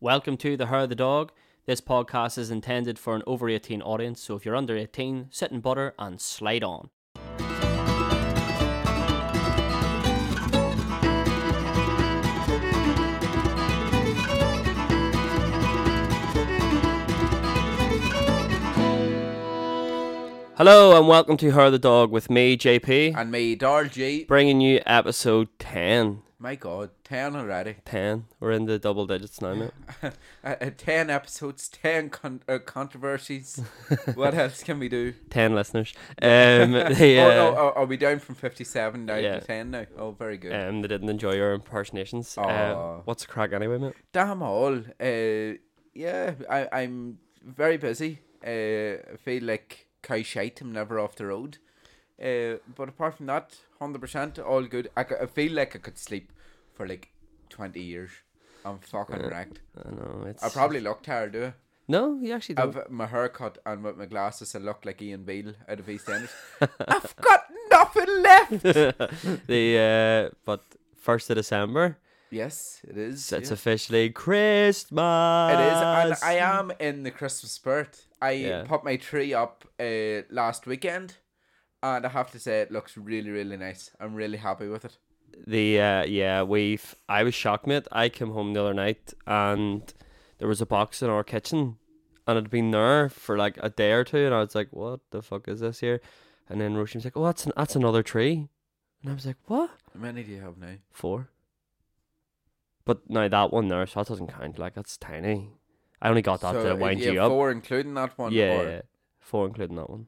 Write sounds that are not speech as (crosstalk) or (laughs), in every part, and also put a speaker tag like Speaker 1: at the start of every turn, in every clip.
Speaker 1: Welcome to The How of the Dog. This podcast is intended for an over 18 audience, so if you're under 18, sit in butter and slide on. Hello and welcome to Her the Dog with me, JP,
Speaker 2: And me, Darl G.
Speaker 1: bringing you episode 10.
Speaker 2: My God, 10 already.
Speaker 1: 10. We're in the double digits now, mate.
Speaker 2: uh, uh, 10 episodes, 10 con- uh, controversies. what else can we do?
Speaker 1: 10 listeners. Um, (laughs) they,
Speaker 2: (laughs) Oh, no,
Speaker 1: uh,
Speaker 2: are, are we down from 57 down
Speaker 1: Yeah.
Speaker 2: to 10 now? Oh, very good.
Speaker 1: um, they didn't enjoy your impersonations. Uh,
Speaker 2: Aw.
Speaker 1: what's the crack anyway, mate?
Speaker 2: Damn all. Uh, yeah, I, I'm very busy. Uh, I feel like cow shite. I'm never off the road. Uh, but apart from that, 100% all good. I, c- I feel like I could sleep for like 20 years. I'm fucking wrecked.
Speaker 1: I know. It's...
Speaker 2: I probably look tired, do I?
Speaker 1: No, you actually don't.
Speaker 2: I've my haircut and with my glasses, I look like Ian Beale out of EastEnders. (laughs) I've got nothing left.
Speaker 1: (laughs) the uh, But 1st of December,
Speaker 2: Yes, it is.
Speaker 1: so it's
Speaker 2: yeah.
Speaker 1: officially Christmas.
Speaker 2: It is, and I am in the Christmas spirit. I
Speaker 1: Yeah.
Speaker 2: put my tree up uh, last weekend, and I have to say it looks really, really nice. I'm really happy with it.
Speaker 1: the uh yeah we've i was shocked mate i came home the other night and there was a box in our kitchen and it'd been there for like a day or two and i was like what the fuck is this here and then roshi was like oh that's an, that's another tree and i was like what
Speaker 2: How many do you have now?
Speaker 1: four but now that one there so that doesn't count like that's tiny i only got that to
Speaker 2: if
Speaker 1: wind
Speaker 2: have
Speaker 1: you up
Speaker 2: Four, including that one.
Speaker 1: yeah,
Speaker 2: or-
Speaker 1: yeah four including that one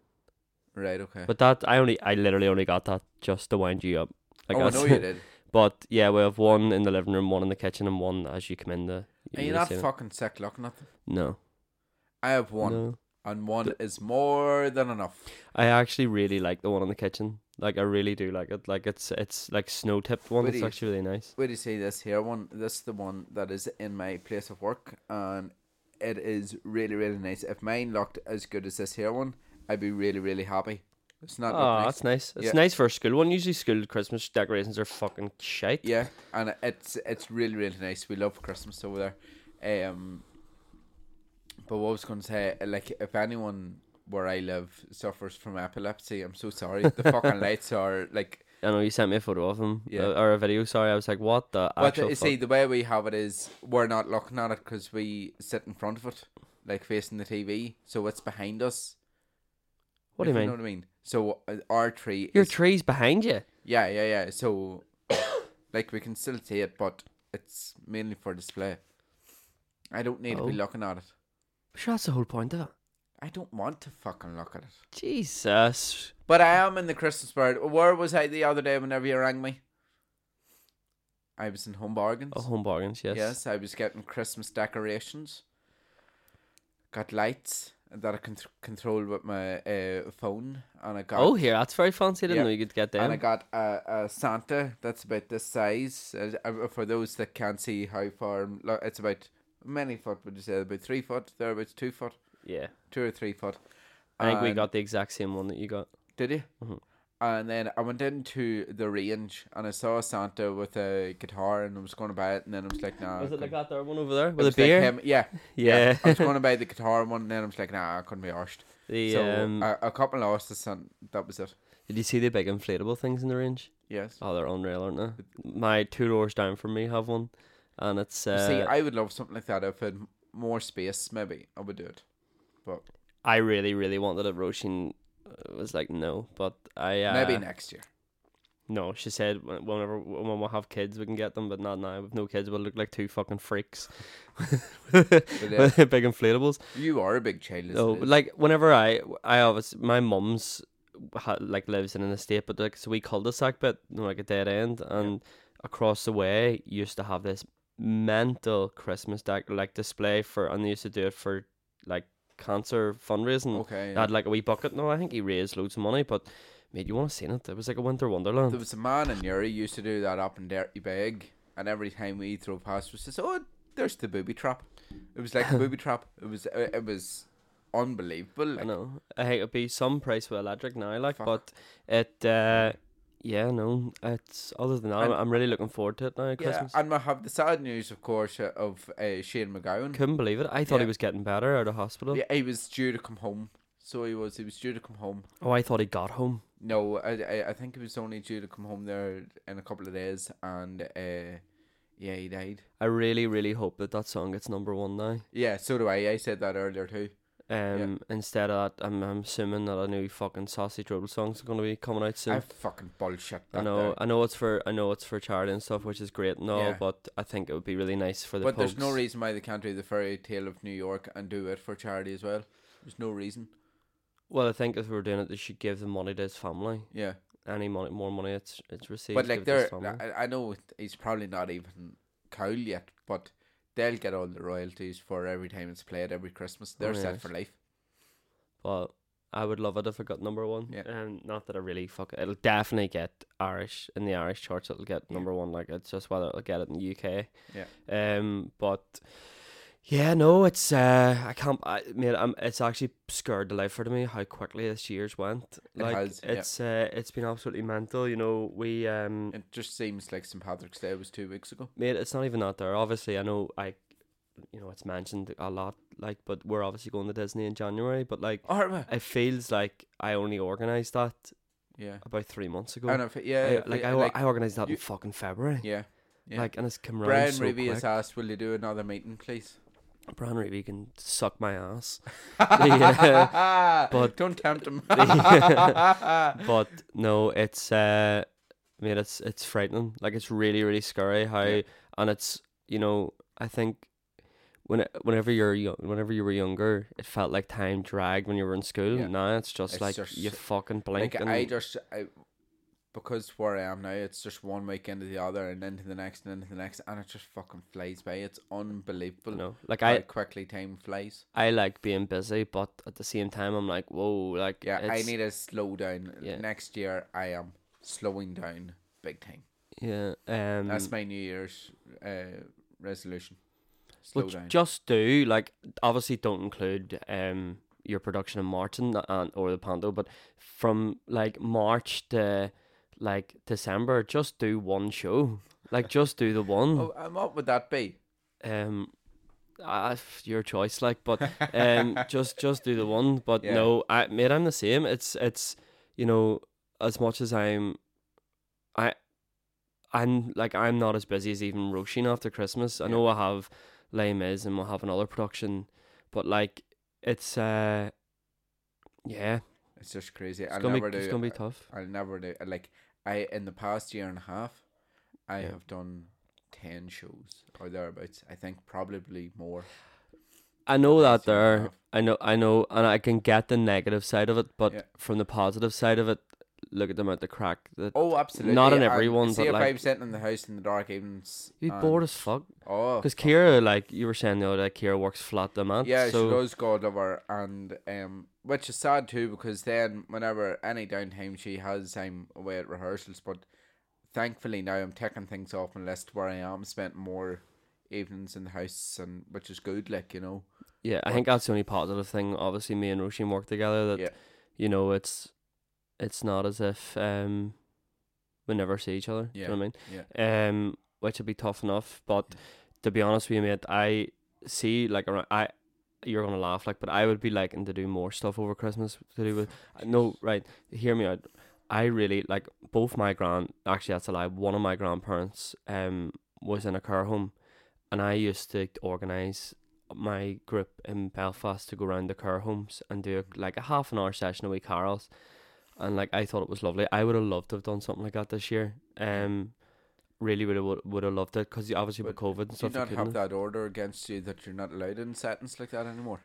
Speaker 2: Right. Okay.
Speaker 1: but that i only i literally only got that just to wind you up like
Speaker 2: oh, I
Speaker 1: that's-
Speaker 2: know you did.
Speaker 1: (laughs) But yeah, we have one in the living room, one in the kitchen, and one as you come in the.
Speaker 2: Are you
Speaker 1: you'll
Speaker 2: not
Speaker 1: see it.
Speaker 2: fucking sick looking at them?
Speaker 1: No.
Speaker 2: I have one,
Speaker 1: No.
Speaker 2: and one is more than enough.
Speaker 1: I actually really like the one in the kitchen. Like I really do like it. Like it's it's like snow tipped one.
Speaker 2: What
Speaker 1: It's
Speaker 2: do you-
Speaker 1: actually really nice.
Speaker 2: Where do you see this here one? This is the one that is in my place of work, and it is really, really nice. If mine looked as good as this here one, I'd be really, really happy. It's not
Speaker 1: Oh,
Speaker 2: looking nice.
Speaker 1: that's nice. It's
Speaker 2: Yeah.
Speaker 1: nice for a school one. Usually school Christmas decorations are fucking shite.
Speaker 2: Yeah, and it's it's really, really nice. We love Christmas over there. Um, but what I was going to say, like, if anyone where I live suffers from epilepsy, I'm so sorry. The fucking lights are like
Speaker 1: I know you sent me a photo of them
Speaker 2: Yeah.
Speaker 1: uh, or a video. Sorry, I was like, what the
Speaker 2: But
Speaker 1: actual
Speaker 2: you
Speaker 1: fuck?
Speaker 2: see, the way we have it is we're not looking at it because we sit in front of it, like facing the TV, so it's behind us.
Speaker 1: What do
Speaker 2: if
Speaker 1: you mean?
Speaker 2: know what I mean? So uh, our tree
Speaker 1: Your
Speaker 2: is
Speaker 1: tree's behind you.
Speaker 2: yeah, yeah, yeah. So (coughs) like we can still see it, but it's mainly for display. I don't need to be
Speaker 1: Oh.
Speaker 2: looking at it.
Speaker 1: Sure, that's the whole point of it.
Speaker 2: I don't want to fucking look at it.
Speaker 1: Jesus.
Speaker 2: But I am in the Christmas spirit. Where was I the other day? Whenever you rang me, I was in Home Bargains.
Speaker 1: Oh, home bargains. Yes.
Speaker 2: Yes, I was getting Christmas decorations. Got lights that I can control with my uh, phone, and I got
Speaker 1: Oh, here. That's very fancy. I didn't
Speaker 2: Yeah.
Speaker 1: know you could get
Speaker 2: and I
Speaker 1: them.
Speaker 2: got a, a Santa that's about this size. Uh, uh, for those that can't see how far, I'm lo- it's about many foot. Would you say about three foot? There, about two foot,
Speaker 1: Yeah.
Speaker 2: two or three foot.
Speaker 1: I think we
Speaker 2: And-
Speaker 1: got Mm-hmm. the exact same one that you got.
Speaker 2: Did you? And then I went into the range and I saw Santa with a guitar and I was going to buy it and then I was like, nah. I
Speaker 1: Was it
Speaker 2: couldn't-
Speaker 1: like that there one over there
Speaker 2: Ah, It
Speaker 1: with a
Speaker 2: was like
Speaker 1: beer?
Speaker 2: him- yeah,
Speaker 1: Yeah. (laughs)
Speaker 2: I was going to buy the guitar one, and then I was like, nah, I couldn't be arsed.
Speaker 1: the
Speaker 2: so uh,
Speaker 1: um,
Speaker 2: a, a couple of horses, and that was it.
Speaker 1: did you see the big inflatable things in the range?
Speaker 2: Yes.
Speaker 1: Oh, they're unreal, aren't they? My two doors down from me have one, and it's
Speaker 2: You
Speaker 1: uh,
Speaker 2: See, I would love something like that if I had more space. Maybe I would do it. But
Speaker 1: I, really, really wanted it. Roshin uh, was like, no, but I uh,
Speaker 2: maybe next year.
Speaker 1: no. She said "When- whenever when we have kids, we can get them, but not now. With no kids, we'll look like two fucking freaks.
Speaker 2: yeah.
Speaker 1: with (laughs) big inflatables.
Speaker 2: You are a big child. as it
Speaker 1: No,
Speaker 2: is.
Speaker 1: but, like whenever I, I always my mum's ha, like lives in an estate, but like so we cul-de-sac bit, you know, like a dead end, and across the way used to have this mental Christmas dec- like display for, and they used to do it for like cancer fundraising.
Speaker 2: okay.
Speaker 1: They
Speaker 2: yeah.
Speaker 1: had like a wee bucket. No, I think he raised loads of money, but mate, you want to see it? It was like a winter wonderland.
Speaker 2: There was a man in Uri used to do that up in Dirty Beg, and every time we throw past, we says, "Oh, there's the booby trap." It
Speaker 1: (laughs)
Speaker 2: was like a booby trap. It was uh, it was unbelievable.
Speaker 1: I
Speaker 2: Like,
Speaker 1: know. I think it'd be some price for electric now, like,
Speaker 2: Fuck.
Speaker 1: but it uh, yeah, no, it's other than that,
Speaker 2: And-
Speaker 1: I'm really looking forward to it now. Christmas.
Speaker 2: Yeah, and we have the sad news, of course, uh, of uh, Shane McGowan.
Speaker 1: Couldn't believe it. I thought he
Speaker 2: Yeah.
Speaker 1: was getting better out of hospital.
Speaker 2: Yeah, he was due to come home. So he was. He was due to come home.
Speaker 1: Oh, I thought he got home.
Speaker 2: No, I, I, I think he was only due to come home there in a couple of days, and uh, yeah, he died.
Speaker 1: I really, really hope that that song gets number one now.
Speaker 2: Yeah, so do I. I said that earlier too.
Speaker 1: Um, instead of that, I'm, I'm assuming that a new fucking sausage roll song's going to be coming out soon.
Speaker 2: I fucking bullshit. That
Speaker 1: I know, uh,
Speaker 2: there.
Speaker 1: I know it's for, I know it's for charity and stuff, which is great and all,
Speaker 2: Yeah.
Speaker 1: but I think it would be really nice for the.
Speaker 2: but there's
Speaker 1: pubs.
Speaker 2: no reason why they can't do the fairy tale of New York and do it for charity as well. There's no reason.
Speaker 1: Well, I think if we were doing it, they should give the money to his family.
Speaker 2: Yeah,
Speaker 1: Any money, more money, it's it's received.
Speaker 2: but
Speaker 1: give
Speaker 2: like
Speaker 1: it to his
Speaker 2: they're,
Speaker 1: family.
Speaker 2: I, I know he's probably not even cowl yet, but they'll get all the royalties for every time it's played every Christmas. They're set
Speaker 1: yes.
Speaker 2: for life.
Speaker 1: but I would love it if it got number one.
Speaker 2: Yeah.
Speaker 1: Um, not that I really fuck it. It'll definitely get Irish in the Irish charts. It'll get
Speaker 2: Yeah.
Speaker 1: number one. Like it's just whether it'll get it in the UK.
Speaker 2: Yeah.
Speaker 1: Um. But yeah, no, it's uh, I can't. I mean, I'm. It's actually scared the life for me how quickly this year's went.
Speaker 2: It
Speaker 1: Like
Speaker 2: has, yeah.
Speaker 1: it's uh, it's been absolutely mental. You know, we um.
Speaker 2: It just seems like St Patrick's Day was two weeks ago.
Speaker 1: mate, it's not even out there. Obviously, I know I, you know, it's mentioned a lot. Like, but we're obviously going to Disney in January. But like,
Speaker 2: Or uh,
Speaker 1: it feels like I only organised that
Speaker 2: yeah,
Speaker 1: about three months ago.
Speaker 2: and if, yeah,
Speaker 1: I-
Speaker 2: if
Speaker 1: like
Speaker 2: we-
Speaker 1: I, or- I organised that
Speaker 2: you-
Speaker 1: in fucking February. (laughs)
Speaker 2: yeah, yeah.
Speaker 1: Like, and it's come around
Speaker 2: Brian
Speaker 1: so
Speaker 2: Ruby
Speaker 1: quick.
Speaker 2: has asked, "Will you do another meeting, please?"
Speaker 1: Brian Reeby can suck my ass. Yeah, (laughs) but-
Speaker 2: (laughs) don't tempt
Speaker 1: (laughs)
Speaker 2: him.
Speaker 1: but no, it's uh, I mean, it's it's frightening. Like it's really really scary how,
Speaker 2: Yeah.
Speaker 1: and it's you know I think when whenever you're young, whenever you were younger, it felt like time dragged when you were in school.
Speaker 2: Yeah.
Speaker 1: Now it's just
Speaker 2: It's
Speaker 1: like
Speaker 2: just-
Speaker 1: you fucking blink
Speaker 2: (laughs) like
Speaker 1: and
Speaker 2: I just I, because where I am now, it's just one week into the other and into the next and into the next, and it just fucking flies by. It's unbelievable
Speaker 1: you know, like
Speaker 2: how
Speaker 1: I
Speaker 2: quickly time flies.
Speaker 1: I like being busy, but at the same time I'm like whoa, like
Speaker 2: Yeah, I
Speaker 1: it's-
Speaker 2: need to slow down.
Speaker 1: Yeah.
Speaker 2: Next year, I am slowing down big time.
Speaker 1: yeah um
Speaker 2: That's my New Year's uh, resolution. Slow
Speaker 1: Well, j-
Speaker 2: down.
Speaker 1: just do like obviously don't include um your production in March and, and or the Panto, but from like March to like December, just do one show. Like just do the one.
Speaker 2: oh, and what would that be?
Speaker 1: Um, ah, f- your choice, like, but (laughs)
Speaker 2: (laughs)
Speaker 1: um, just just do the one. But
Speaker 2: Yeah.
Speaker 1: no, I mate, I'm the same. It's it's you know as much as I'm, I, I'm like I'm not as busy as even Roisin after Christmas. I
Speaker 2: Yeah.
Speaker 1: know I have Les Mis and we'll have another production, but like it's uh, yeah,
Speaker 2: It's just crazy.
Speaker 1: it's
Speaker 2: I'll
Speaker 1: gonna
Speaker 2: never
Speaker 1: be it's
Speaker 2: do.
Speaker 1: gonna be tough.
Speaker 2: I'll never do. Like I in the past year and a half, I
Speaker 1: Yeah.
Speaker 2: have done ten shows or thereabouts. I think probably more.
Speaker 1: I know that
Speaker 2: Yes, you
Speaker 1: there.
Speaker 2: have.
Speaker 1: I know, I know, and I can get the negative side of it, but
Speaker 2: Yeah.
Speaker 1: from the positive side of it, look at them at the crack. That
Speaker 2: Oh, absolutely.
Speaker 1: Not in
Speaker 2: and
Speaker 1: everyone,
Speaker 2: See
Speaker 1: but,
Speaker 2: if
Speaker 1: like-
Speaker 2: I'm sitting in the house in the dark evenings.
Speaker 1: You'd be
Speaker 2: and-
Speaker 1: bored as fuck.
Speaker 2: Oh,
Speaker 1: Because Kira, like you were saying the other day, Kira works flat the month.
Speaker 2: yeah,
Speaker 1: so
Speaker 2: she does God Lover, and um, which is sad too because then whenever any downtime she has, I'm away at rehearsals. But thankfully now I'm taking things off my list where I am spent more evenings in the house, and which is good. Like you know,
Speaker 1: yeah, I think that's the only positive thing. Obviously, me and Roisin work together. That
Speaker 2: Yeah.
Speaker 1: you know, it's it's not as if um we never see each other. Do you know what
Speaker 2: yeah. Mm.
Speaker 1: I mean? Um, which would be tough enough. But
Speaker 2: Yeah.
Speaker 1: to be honest with you, mate, I see like around, I you're gonna laugh like, but I would be liking to do more stuff over Christmas to do with
Speaker 2: (laughs)
Speaker 1: Uh, no, right. Hear me out. I really like both my grand. Actually, that's a lie. One of my grandparents um was in a care home, and I used to organize my group in Belfast to go around the care homes and do
Speaker 2: Mm-hmm.
Speaker 1: like a half an hour session of wee carols, and like I thought it was lovely. I would have loved to have done something like that this year. Um, really would have would have loved it because obviously with COVID and
Speaker 2: Do you
Speaker 1: stuff, you
Speaker 2: not have
Speaker 1: couldn't
Speaker 2: that order against you that you're not allowed in settings like that
Speaker 1: (laughs)
Speaker 2: anymore?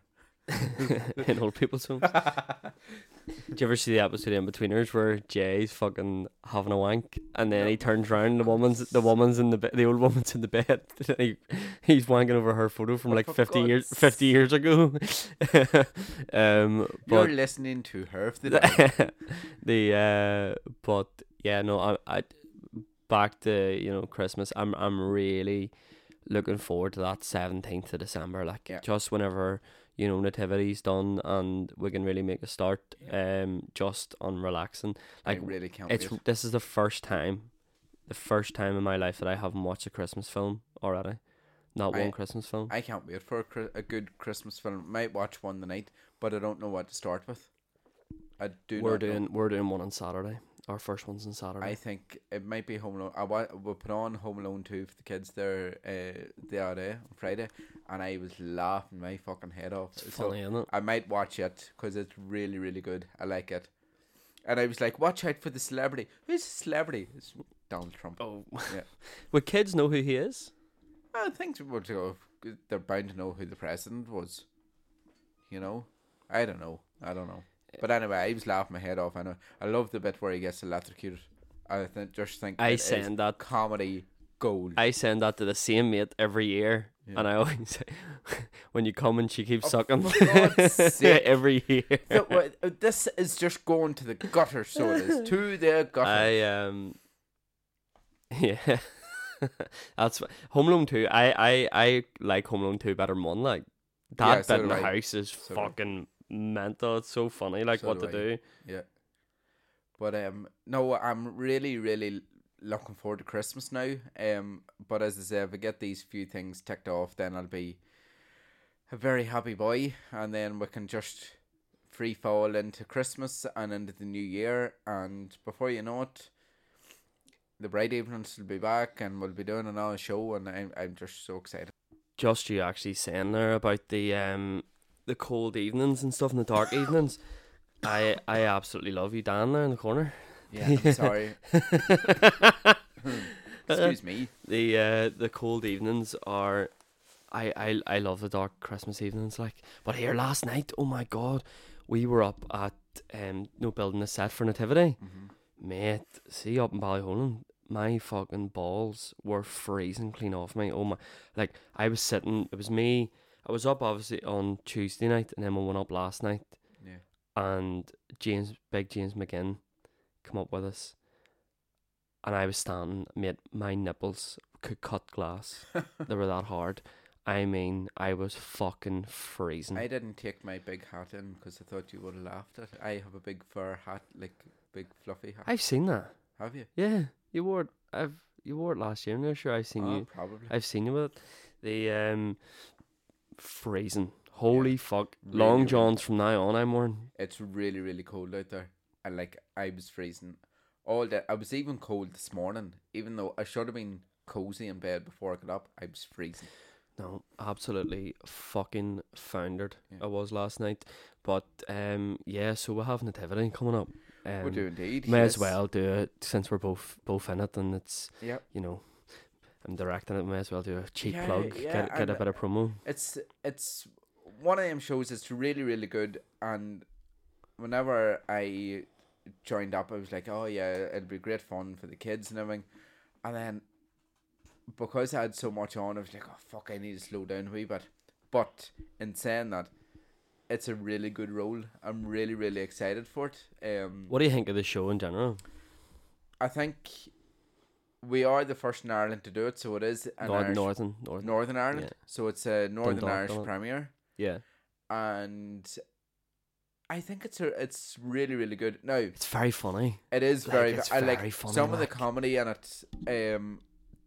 Speaker 1: have- (laughs) in old people's homes. Did you ever see the episode in Betweeners where Jay's fucking having a wank and then he turns around and the woman's the woman's in the be- the old woman's in the bed. (laughs) he, he's wanking over her photo from
Speaker 2: Oh,
Speaker 1: like
Speaker 2: for
Speaker 1: fifty
Speaker 2: God's
Speaker 1: years fifty years ago. (laughs) um,
Speaker 2: You're
Speaker 1: but
Speaker 2: listening to her. For the
Speaker 1: (laughs)
Speaker 2: day.
Speaker 1: the, uh, but yeah, no, I, I back to you know Christmas. I'm I'm really looking forward to that seventeenth of December. Like
Speaker 2: Yeah.
Speaker 1: just whenever you know nativity's done and we can really make a start. Um, just on relaxing.
Speaker 2: I
Speaker 1: Like
Speaker 2: really can't
Speaker 1: it's
Speaker 2: wait.
Speaker 1: this is the first time, the first time in my life that I haven't watched a Christmas film already. Not
Speaker 2: I-
Speaker 1: one Christmas film.
Speaker 2: I can't wait for a, Chri- a good Christmas film. Might watch one tonight, but I don't know what to start with. I do.
Speaker 1: we're
Speaker 2: not know.
Speaker 1: doing we're doing one on Saturday. Our first one's on Saturday.
Speaker 2: I think it might be Home Alone. I wa- we put on Home Alone two for the kids there uh, the other day on Friday, and I was laughing my fucking head off.
Speaker 1: it's
Speaker 2: So
Speaker 1: funny, isn't it?
Speaker 2: I might watch it because it's really really good. I like it, and I was like, watch out for the celebrity. Who's the celebrity? It's Donald Trump.
Speaker 1: Oh,
Speaker 2: (laughs) Yeah.
Speaker 1: would kids know who he is?
Speaker 2: I think they would go- they're bound to know who the president was. You know, I don't know. I don't know. But anyway, I was laughing my head off. I know. I love the bit where he gets electrocuted. I th- just think
Speaker 1: I
Speaker 2: it is
Speaker 1: send that
Speaker 2: comedy gold.
Speaker 1: I send that to the same mate every year,
Speaker 2: Yeah.
Speaker 1: and I always say, (laughs) when you come and she keeps
Speaker 2: Oh,
Speaker 1: sucking (laughs)
Speaker 2: for God's sake.
Speaker 1: every year.
Speaker 2: Th- well, uh, this is just going to the gutter, so it is to the gutter.
Speaker 1: I um, (laughs) yeah, (laughs) that's wh- Home Alone two. I I I like Home Alone two better. than One like that
Speaker 2: Yeah, so
Speaker 1: bit in
Speaker 2: do
Speaker 1: the
Speaker 2: I.
Speaker 1: house is
Speaker 2: So do I.
Speaker 1: fucking mental. It's so funny, like
Speaker 2: So
Speaker 1: what to
Speaker 2: do I.
Speaker 1: do.
Speaker 2: But um, no, I'm really, really looking forward to Christmas now. Um, but as I say, if I get these few things ticked off, then I'll be a very happy boy, and then we can just free fall into Christmas and into the new year, and before you know it. The bright evenings will be back, and we'll be doing another show, and I'm I'm just so excited.
Speaker 1: Just you actually saying there about the um the cold evenings and stuff and the dark evenings. I I absolutely love you, Dan, there in the corner. (laughs)
Speaker 2: Yeah, I'm sorry. Excuse me.
Speaker 1: the uh, the cold evenings are I, I I love the dark Christmas evenings like but here last night oh my god we were up at um no building a set for nativity
Speaker 2: Mm-hmm.
Speaker 1: mate see up in Ballyholan my fucking balls were freezing clean off me oh my like I was sitting it was me I was up obviously on Tuesday night and then we went up last night
Speaker 2: Yeah.
Speaker 1: and James, big James McGinn, come up with us, and I was standing, mate. My nipples could cut glass.
Speaker 2: (laughs)
Speaker 1: they were that hard. I mean, I was fucking freezing.
Speaker 2: I didn't take my big hat in because I thought you would have laughed at. it. I have a big fur hat, like big fluffy hat.
Speaker 1: I've seen that.
Speaker 2: have you?
Speaker 1: Yeah, you wore it. I've you wore it last year. I'm sure I've seen
Speaker 2: Oh,
Speaker 1: you.
Speaker 2: probably.
Speaker 1: I've seen you with it. The um, freezing. Holy fuck! Long
Speaker 2: Really, really.
Speaker 1: johns from now on. I'm wearing.
Speaker 2: It's really, really cold out there, and like I was freezing all day. I was even cold this morning, even though I should have been cozy in bed before I got up. I was freezing.
Speaker 1: No, absolutely fucking foundered.
Speaker 2: Yeah.
Speaker 1: I was last night, but um, yeah. So we have nativity coming up. Um,
Speaker 2: we do indeed.
Speaker 1: May
Speaker 2: yes.
Speaker 1: as well do it since we're both both in it, and it's
Speaker 2: Yeah.
Speaker 1: you know, I'm directing it. May as well do a cheap
Speaker 2: Yeah,
Speaker 1: plug.
Speaker 2: yeah,
Speaker 1: get get a
Speaker 2: I'm-
Speaker 1: bit of promo.
Speaker 2: it's it's one of them shows that's really really good and whenever i joined up i was like oh yeah it'll be great fun for the kids and everything and then because i had so much on i was like oh fuck i need to slow down a wee bit but in saying that it's a really good role i'm really really excited for it um
Speaker 1: What do you think of the show in general?
Speaker 2: i think we are the first in ireland to do it so it is an
Speaker 1: North,
Speaker 2: Irish-
Speaker 1: Northern, Northern.
Speaker 2: northern ireland
Speaker 1: yeah.
Speaker 2: so it's a northern
Speaker 1: Dundalk,
Speaker 2: irish
Speaker 1: Dundalk.
Speaker 2: premiere
Speaker 1: Yeah,
Speaker 2: and I think it's a, it's really really good. No,
Speaker 1: it's very funny.
Speaker 2: it is
Speaker 1: Like,
Speaker 2: very.
Speaker 1: it's
Speaker 2: I like
Speaker 1: very funny,
Speaker 2: some of the
Speaker 1: like-
Speaker 2: comedy in it um,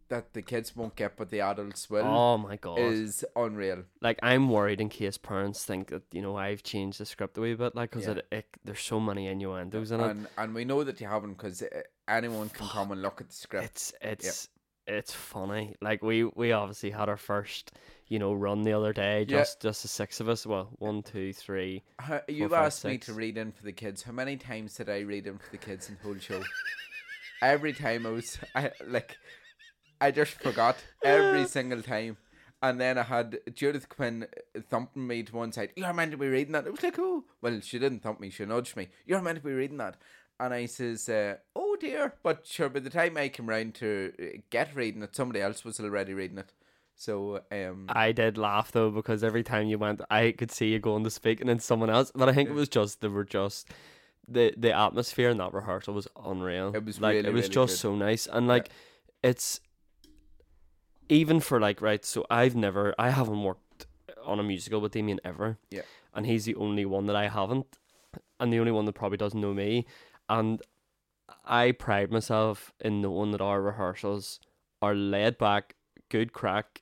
Speaker 2: that the kids won't get, but the adults will.
Speaker 1: Oh my god!
Speaker 2: Is unreal.
Speaker 1: like I'm worried in case parents think that you know I've changed the script a wee bit, like because
Speaker 2: Yeah.
Speaker 1: it, it there's so many innuendos in it.
Speaker 2: And and we know that you haven't because anyone can come and look at the script.
Speaker 1: it's it's it's funny. Like we we obviously had our first you know run the other day.
Speaker 2: Yeah.
Speaker 1: Just just the six of us. Well, one, two, three.
Speaker 2: How- You've
Speaker 1: five,
Speaker 2: asked me to
Speaker 1: six.
Speaker 2: read in for the kids. How many times did I read in for the kids in the whole show? every time I was I like I just forgot
Speaker 1: (laughs)
Speaker 2: every single time. And then I had Judith Quinn thumping me to one side. You're meant to be reading that. It was like, oh, well, she didn't thump me. She nudged me. You're meant to be reading that. And I says, uh, oh dear. But sure, by the time I came round to uh, get reading it, somebody else was already reading it. So, um,
Speaker 1: I did laugh though because every time you went, I could see you going to speak, and then someone else. But I think it was just they were just the the atmosphere in that rehearsal was unreal.
Speaker 2: It was
Speaker 1: like
Speaker 2: really,
Speaker 1: it was
Speaker 2: really
Speaker 1: just
Speaker 2: good.
Speaker 1: so nice, and like it's even for like right, so I've never I haven't worked on a musical with Damien ever.
Speaker 2: Yeah.
Speaker 1: And he's the only one that I haven't and the only one that probably doesn't know me. And I pride myself in knowing that our rehearsals are laid back, good crack.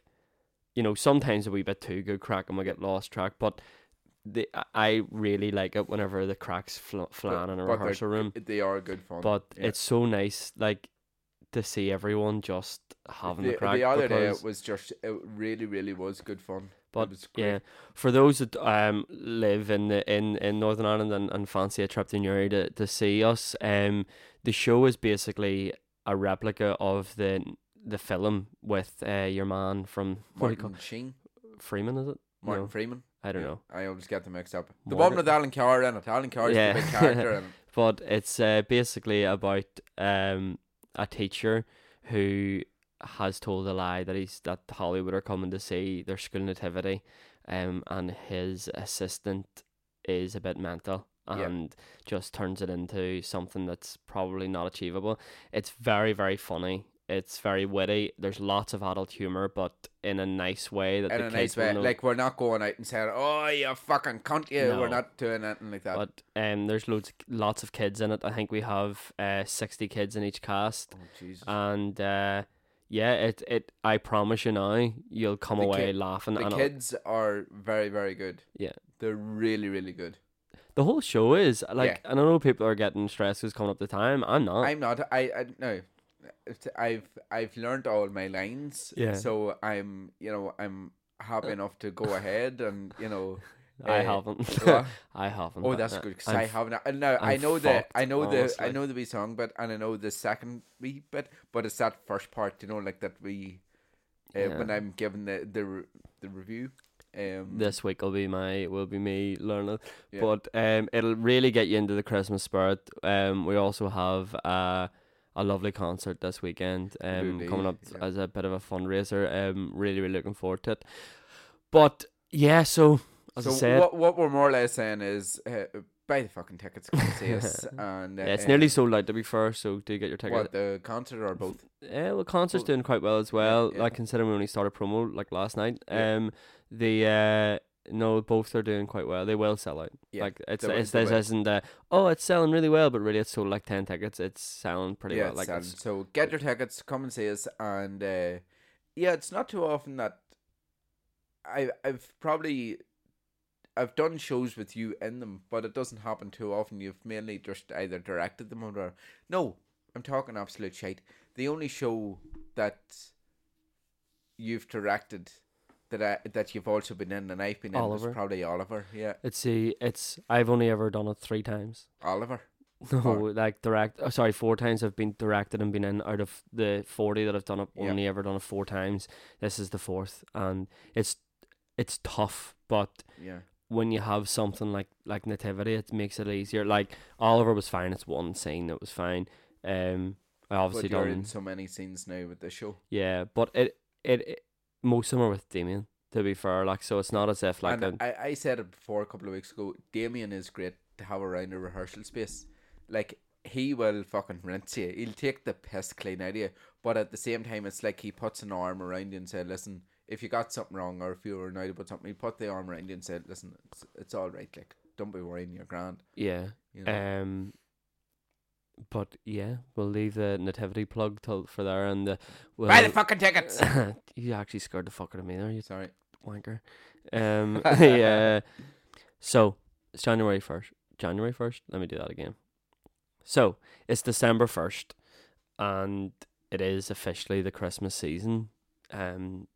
Speaker 1: You know, sometimes a wee bit too good crack and we get lost track, but the I- I really like it whenever the cracks fl- flan in a
Speaker 2: but they're
Speaker 1: rehearsal room
Speaker 2: They are good fun.
Speaker 1: but
Speaker 2: yeah.
Speaker 1: it's so nice like to see everyone just having
Speaker 2: the,
Speaker 1: a crack
Speaker 2: the other day
Speaker 1: because,
Speaker 2: it was just it really really was good fun.
Speaker 1: but
Speaker 2: it was great.
Speaker 1: yeah for those that um live in the in in northern ireland and, and fancy a trip to newry to, to see us um the show is basically a replica of the the film with uh, your man from what do you
Speaker 2: Martin Sheen,
Speaker 1: call- freeman is it
Speaker 2: Martin
Speaker 1: No.
Speaker 2: Freeman.
Speaker 1: i don't
Speaker 2: Yeah,
Speaker 1: know
Speaker 2: I always get them mixed up. The
Speaker 1: Morgan-
Speaker 2: one with Alan Carr in it. Alan Carr is
Speaker 1: Yeah. (laughs)
Speaker 2: the big character in it.
Speaker 1: but it's uh, basically about um a teacher who has told a lie that he's that Hollywood are coming to see their school nativity, um, and his assistant is a bit mental
Speaker 2: Yeah.
Speaker 1: and just turns it into something that's probably not achievable. It's very very funny. It's very witty. There's lots of adult humor, but in a nice way that
Speaker 2: in
Speaker 1: the
Speaker 2: a
Speaker 1: kids
Speaker 2: nice
Speaker 1: will
Speaker 2: way.
Speaker 1: know.
Speaker 2: Like we're not going out and saying, "Oh, you fucking cunt!" You.
Speaker 1: No.
Speaker 2: We're not doing anything like that.
Speaker 1: But um, there's loads, lots of kids in it. I think we have uh sixty kids in each cast.
Speaker 2: oh Jesus!
Speaker 1: and uh, yeah, it it. I promise you now, you'll come
Speaker 2: The
Speaker 1: away
Speaker 2: kid-
Speaker 1: laughing.
Speaker 2: the
Speaker 1: and
Speaker 2: kids are very very good.
Speaker 1: Yeah.
Speaker 2: they're really really good.
Speaker 1: the whole show is like, and I know people are getting stressed because coming up the time. I'm not.
Speaker 2: I'm not. I, I no. It's- I've I've learned all my lines.
Speaker 1: Yeah. Uh,
Speaker 2: So I'm you know I'm happy enough to go ahead and you know.
Speaker 1: I
Speaker 2: uh, (laughs)
Speaker 1: haven't. (laughs)
Speaker 2: what?
Speaker 1: I haven't.
Speaker 2: Oh,
Speaker 1: done
Speaker 2: that's
Speaker 1: that.
Speaker 2: good because
Speaker 1: uh, I'm
Speaker 2: I
Speaker 1: f-
Speaker 2: haven't. And now I
Speaker 1: I'm
Speaker 2: know the I
Speaker 1: fucked,
Speaker 2: know the I
Speaker 1: honestly.
Speaker 2: know the wee song, but and I know the second wee bit, but it's that first part, you know, like that we uh,
Speaker 1: Yeah.
Speaker 2: when I'm giving the the re- the review. Um,
Speaker 1: This week will be my will be me learning,
Speaker 2: Yeah.
Speaker 1: but um, it'll really get you into the Christmas spirit. Um, we also have uh, a lovely concert this weekend. Um,
Speaker 2: Absolutely,
Speaker 1: coming up
Speaker 2: yeah.
Speaker 1: as a bit of a fundraiser. Um, really, really looking forward to it. But yeah, so as
Speaker 2: so
Speaker 1: I said,
Speaker 2: what what we're more or less saying is uh, buy the fucking
Speaker 1: (laughs)
Speaker 2: tickets, come see us, and uh,
Speaker 1: Yeah, it's nearly
Speaker 2: um,
Speaker 1: sold out to be fair, so do get your tickets.
Speaker 2: what the concert or both.
Speaker 1: Yeah, well, concert's
Speaker 2: Oh.
Speaker 1: doing quite well as well.
Speaker 2: yeah.
Speaker 1: Like considering we only started promo like last night.
Speaker 2: Yeah.
Speaker 1: Um, the uh, no, both are doing quite well. They will sell out.
Speaker 2: Yeah,
Speaker 1: like it's
Speaker 2: they will-
Speaker 1: it's
Speaker 2: they
Speaker 1: this
Speaker 2: will.
Speaker 1: isn't uh, oh it's selling really well, but really it's sold like ten tickets. It's selling pretty
Speaker 2: yeah,
Speaker 1: well. Like
Speaker 2: Sam.
Speaker 1: it's,
Speaker 2: so get your tickets, come and see us, and uh, yeah, it's not too often that I I've probably I've done shows with you in them, but it doesn't happen too often. You've mainly just either directed them or no, I'm talking absolute shite. The only show that you've directed that I that you've also been in and I've been in
Speaker 1: Oliver.
Speaker 2: was probably Oliver. Yeah,
Speaker 1: it's the it's I've only ever done it three times. (laughs)
Speaker 2: Oliver.
Speaker 1: No,
Speaker 2: Four.
Speaker 1: like direct. Oh, sorry, four times I've been directed and been in out of the forty that I've done it.
Speaker 2: Yeah.
Speaker 1: Only ever done it four times. This is the fourth, and it's it's tough, but
Speaker 2: Yeah,
Speaker 1: when you have something like like nativity, it makes it easier. Like Oliver was fine; it's one scene that was fine. Um, I obviously
Speaker 2: but you're
Speaker 1: done,
Speaker 2: in so many scenes now with the show,
Speaker 1: yeah, but it, it it- most of them are with Damien. To be fair, like so, it's not as if like
Speaker 2: and uh,
Speaker 1: a,
Speaker 2: I, I said it before a couple of weeks ago. Damien is great to have around a rehearsal space. Like he will fucking rinse you. He'll take the piss clean out of you. But at the same time, it's like he puts an arm around you and say, "Listen, if you got something wrong or if you were annoyed about something, he put the arm around you and said, "Listen, it's, it's all right. Like don't be worrying, you're grand."
Speaker 1: yeah.
Speaker 2: You know?
Speaker 1: Um, but yeah, we'll leave the nativity plug till for there, and the, we'll,
Speaker 2: Buy the fucking tickets.
Speaker 1: (laughs) you actually scared the fuck out of me there, you
Speaker 2: Sorry.
Speaker 1: wanker. Um, yeah. So it's January first. January first. Let me do that again. So it's December first, and it is officially the Christmas season. Um.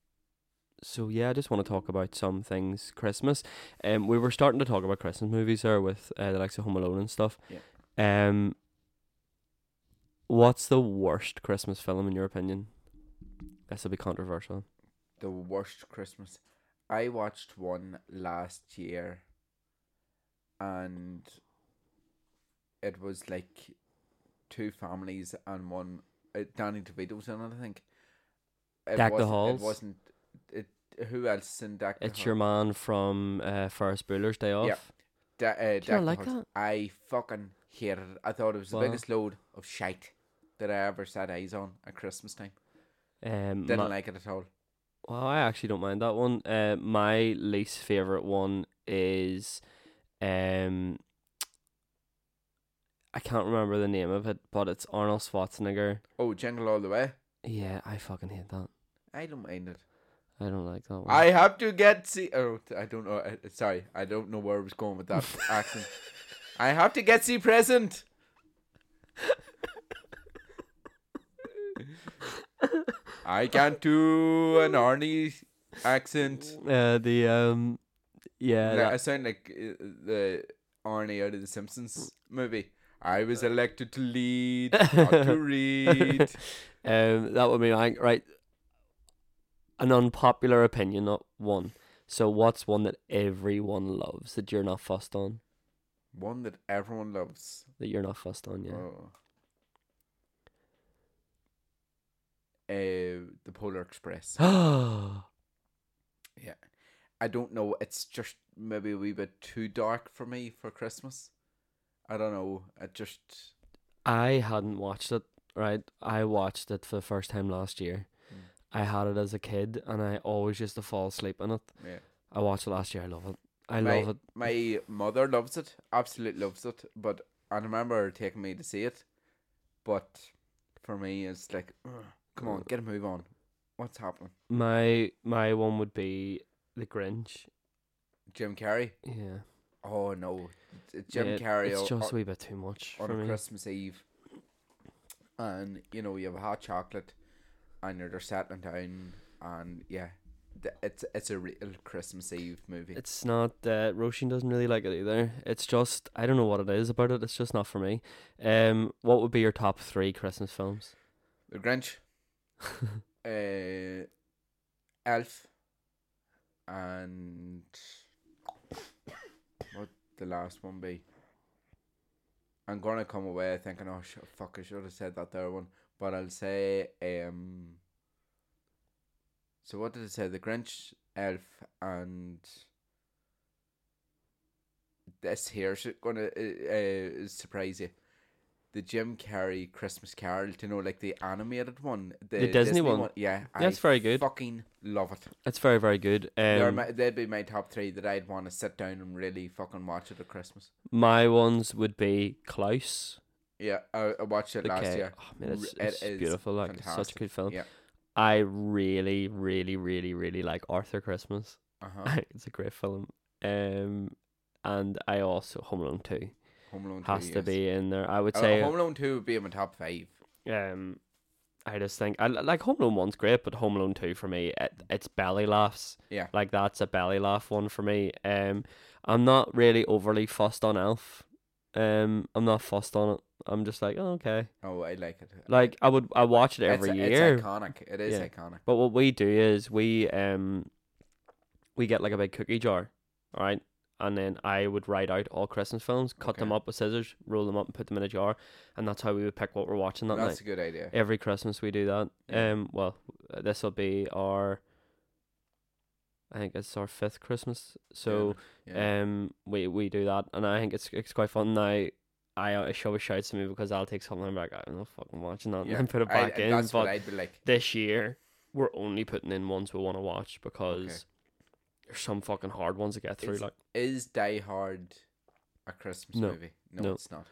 Speaker 1: So yeah, I just want to talk about some things Christmas. Um, we were starting to talk about Christmas movies there with uh, the likes of Home Alone and stuff.
Speaker 2: Yeah.
Speaker 1: Um. What's the worst Christmas film in your opinion? This will be controversial.
Speaker 2: the worst Christmas. I watched one last year and it was like two families and one uh, Danny DeVito's in it, I think. It
Speaker 1: Deck the
Speaker 2: wasn't-
Speaker 1: Halls?
Speaker 2: It wasn't it who else is in Deck the
Speaker 1: It's your
Speaker 2: Halls?
Speaker 1: man from uh, Ferris Bueller's Day Off.
Speaker 2: Uh-huh. Yeah. Da- uh, Deck the
Speaker 1: like
Speaker 2: Halls.
Speaker 1: that?
Speaker 2: I fucking hated it. I thought it was
Speaker 1: Wow.
Speaker 2: the biggest load of shite that I ever set eyes on at Christmas time.
Speaker 1: Um,
Speaker 2: Didn't
Speaker 1: ma-
Speaker 2: like it at all.
Speaker 1: Well, I actually don't mind that one. Uh, my least favorite one is, um, I can't remember the name of it, but it's Arnold Schwarzenegger.
Speaker 2: Oh, Jingle All the Way.
Speaker 1: Yeah, I fucking hate that.
Speaker 2: I don't mind it.
Speaker 1: I don't like that one.
Speaker 2: I (laughs) have to get see. Oh, I don't know. I, sorry, I don't know where I was
Speaker 1: (laughs)
Speaker 2: going with that accent. I have to get see present. I can't do an Arnie accent.
Speaker 1: (laughs) Uh, the um, yeah,
Speaker 2: Like,
Speaker 1: that-
Speaker 2: I sound like uh, the Arnie out of the Simpsons movie. I was elected
Speaker 1: (laughs)
Speaker 2: to lead, not to read.
Speaker 1: um, that would be like right. An unpopular opinion, not one. So, what's one that everyone loves that you're not fussed on?
Speaker 2: One that everyone loves.
Speaker 1: That you're not fussed on, yeah.
Speaker 2: Oh. Uh, the
Speaker 1: (gasps)
Speaker 2: Polar Express. (gasps) Oh. I don't know. It's just maybe a wee bit too dark for me for Christmas. I don't know. I just
Speaker 1: I hadn't watched it, right? I watched it for the first time last year.
Speaker 2: Mm.
Speaker 1: I had it as a kid and I always used to fall asleep on it.
Speaker 2: yeah.
Speaker 1: I watched it last year. I love it. I
Speaker 2: Right.
Speaker 1: love it.
Speaker 2: My mother loves it. Absolutely loves it. But I remember her taking me to see it. But for me, it's like, "Ugh, come on, get a move on. What's happening?
Speaker 1: My my one would be The Grinch.
Speaker 2: Jim Carrey.
Speaker 1: Yeah.
Speaker 2: Oh no, It's Jim
Speaker 1: Yeah,
Speaker 2: Carrey.
Speaker 1: It's
Speaker 2: o-
Speaker 1: just a
Speaker 2: o-
Speaker 1: wee bit too much
Speaker 2: on
Speaker 1: for
Speaker 2: a
Speaker 1: me.
Speaker 2: Christmas Eve, and you know you have a hot chocolate, and you're there settling down, and yeah, th- it's it's a real Christmas Eve movie.
Speaker 1: It's not. Uh, Roshan doesn't really like it either. It's just I don't know what it is about it. It's just not for me. Um, what would be your top three Christmas films? (laughs)
Speaker 2: the Grinch, uh, Elf, and what the last one be? I'm gonna come away thinking, oh sh- fuck, I should have said that there one, but I'll say um. So what did it say? The Grinch, Elf, and this here's gonna uh, uh, surprise you. The Jim Carrey Christmas Carol, do you know, like the animated one, the,
Speaker 1: Disney one?
Speaker 2: Yeah,
Speaker 1: That's very good.
Speaker 2: Fucking love it.
Speaker 1: It's very very good.
Speaker 2: They're
Speaker 1: Um,
Speaker 2: my, they'd be my top three that I'd want to sit down and really fucking watch it at Christmas.
Speaker 1: my ones would be Klaus.
Speaker 2: Yeah, I, I watched it last
Speaker 1: Okay.
Speaker 2: year.
Speaker 1: Oh, man, it's,
Speaker 2: R- it
Speaker 1: it's
Speaker 2: is
Speaker 1: beautiful. Like it's such a
Speaker 2: fantastic.
Speaker 1: good film.
Speaker 2: Yeah.
Speaker 1: I really, really, really, really like Arthur Christmas. (laughs)
Speaker 2: Uh huh.
Speaker 1: it's a great film. Um, and I also Home Alone Two
Speaker 2: Home Alone 2,
Speaker 1: has to
Speaker 2: yes.
Speaker 1: be in there. I would
Speaker 2: Uh,
Speaker 1: say.
Speaker 2: Home Alone Two would be in my top five.
Speaker 1: um, I just think I li- like Home Alone One's great, but Home Alone Two for me, it, it's belly laughs.
Speaker 2: Yeah.
Speaker 1: Like that's a belly laugh one for me. Um, I'm not really overly fussed on Elf. Um, I'm not fussed on it. I'm just like, oh, okay.
Speaker 2: Oh, I like it.
Speaker 1: Like I would, I watch it every
Speaker 2: it's,
Speaker 1: year.
Speaker 2: It's iconic. It is
Speaker 1: Yeah.
Speaker 2: iconic.
Speaker 1: But what we do is we um we get like a big cookie jar, all right? And then I would write out all Christmas films, cut them
Speaker 2: Okay.
Speaker 1: up with scissors, roll them up and put them in a jar, and that's how we would pick what we're watching that night.
Speaker 2: That's a good idea.
Speaker 1: Every Christmas we do that.
Speaker 2: Yeah.
Speaker 1: Um well, this will be our I think it's our fifth Christmas. So
Speaker 2: yeah.
Speaker 1: um we we do that and I think it's it's quite fun now. I uh, she always shouts at me because I'll take something and be like I'm not fucking watching that
Speaker 2: Yeah.
Speaker 1: and then put it
Speaker 2: I-
Speaker 1: back in.
Speaker 2: That's
Speaker 1: but
Speaker 2: what I'd be like.
Speaker 1: this year we're only putting in ones we want to watch because
Speaker 2: Okay.
Speaker 1: there's some fucking hard ones to get through.
Speaker 2: It's-
Speaker 1: like
Speaker 2: Is Die Hard a Christmas
Speaker 1: No.
Speaker 2: movie? No,
Speaker 1: No.
Speaker 2: it's not.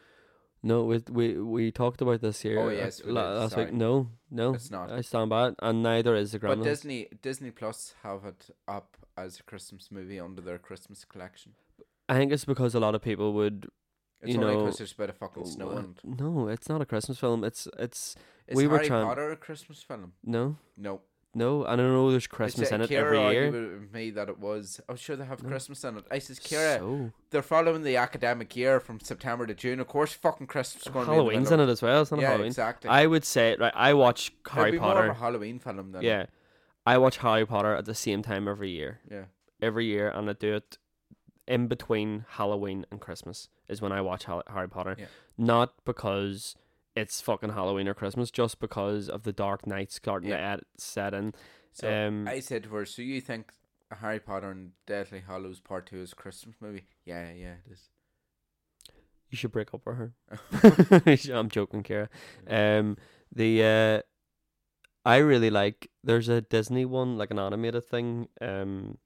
Speaker 1: no, we we we talked about this here.
Speaker 2: Oh,
Speaker 1: uh,
Speaker 2: yes, we
Speaker 1: la-
Speaker 2: did,
Speaker 1: last
Speaker 2: sorry.
Speaker 1: week. No, no,
Speaker 2: It's not.
Speaker 1: I stand by it, and neither is the
Speaker 2: But
Speaker 1: Gremlins.
Speaker 2: Disney Disney Plus have it up as a Christmas movie under their Christmas collection.
Speaker 1: I think it's because a lot of people would.
Speaker 2: It's
Speaker 1: You
Speaker 2: only 'cause
Speaker 1: know,
Speaker 2: there's a bit of fucking snow
Speaker 1: What?
Speaker 2: and
Speaker 1: No, it's not a Christmas film. It's it's
Speaker 2: is
Speaker 1: We were
Speaker 2: Harry
Speaker 1: trying-
Speaker 2: Potter a Christmas film?
Speaker 1: no,
Speaker 2: No.
Speaker 1: no. and I don't know. There's Christmas
Speaker 2: Except
Speaker 1: in it
Speaker 2: Ciara
Speaker 1: every
Speaker 2: argued
Speaker 1: year.
Speaker 2: with me that it was. I'm sure they have
Speaker 1: No.
Speaker 2: Christmas in it. I says, Kira,
Speaker 1: so,
Speaker 2: they're following the academic year from September to June. Of course, fucking Christmas is going to be.
Speaker 1: Halloween's in it as well. It's
Speaker 2: the
Speaker 1: not
Speaker 2: middle.
Speaker 1: a
Speaker 2: Yeah,
Speaker 1: Halloween.
Speaker 2: exactly.
Speaker 1: I would say right. I watch
Speaker 2: It'd
Speaker 1: Harry
Speaker 2: be more of
Speaker 1: Potter.
Speaker 2: a Halloween film than
Speaker 1: Yeah, I watch Harry Potter at the same time every year.
Speaker 2: yeah.
Speaker 1: every year, and I do it in between Halloween and Christmas is when I watch Hal- Harry Potter.
Speaker 2: Yeah.
Speaker 1: Not because it's fucking Halloween or Christmas, just because of the dark night starting to
Speaker 2: Yeah.
Speaker 1: add, set in.
Speaker 2: So
Speaker 1: um,
Speaker 2: I said to her, "So you think Harry Potter and Deathly Hollows Part Two is a Christmas movie? Yeah, yeah, it is.
Speaker 1: you should break up (laughs)
Speaker 2: (laughs)
Speaker 1: with her. I'm joking, Kira. Um, the uh, I really like. There's a Disney one, like an animated thing. Um,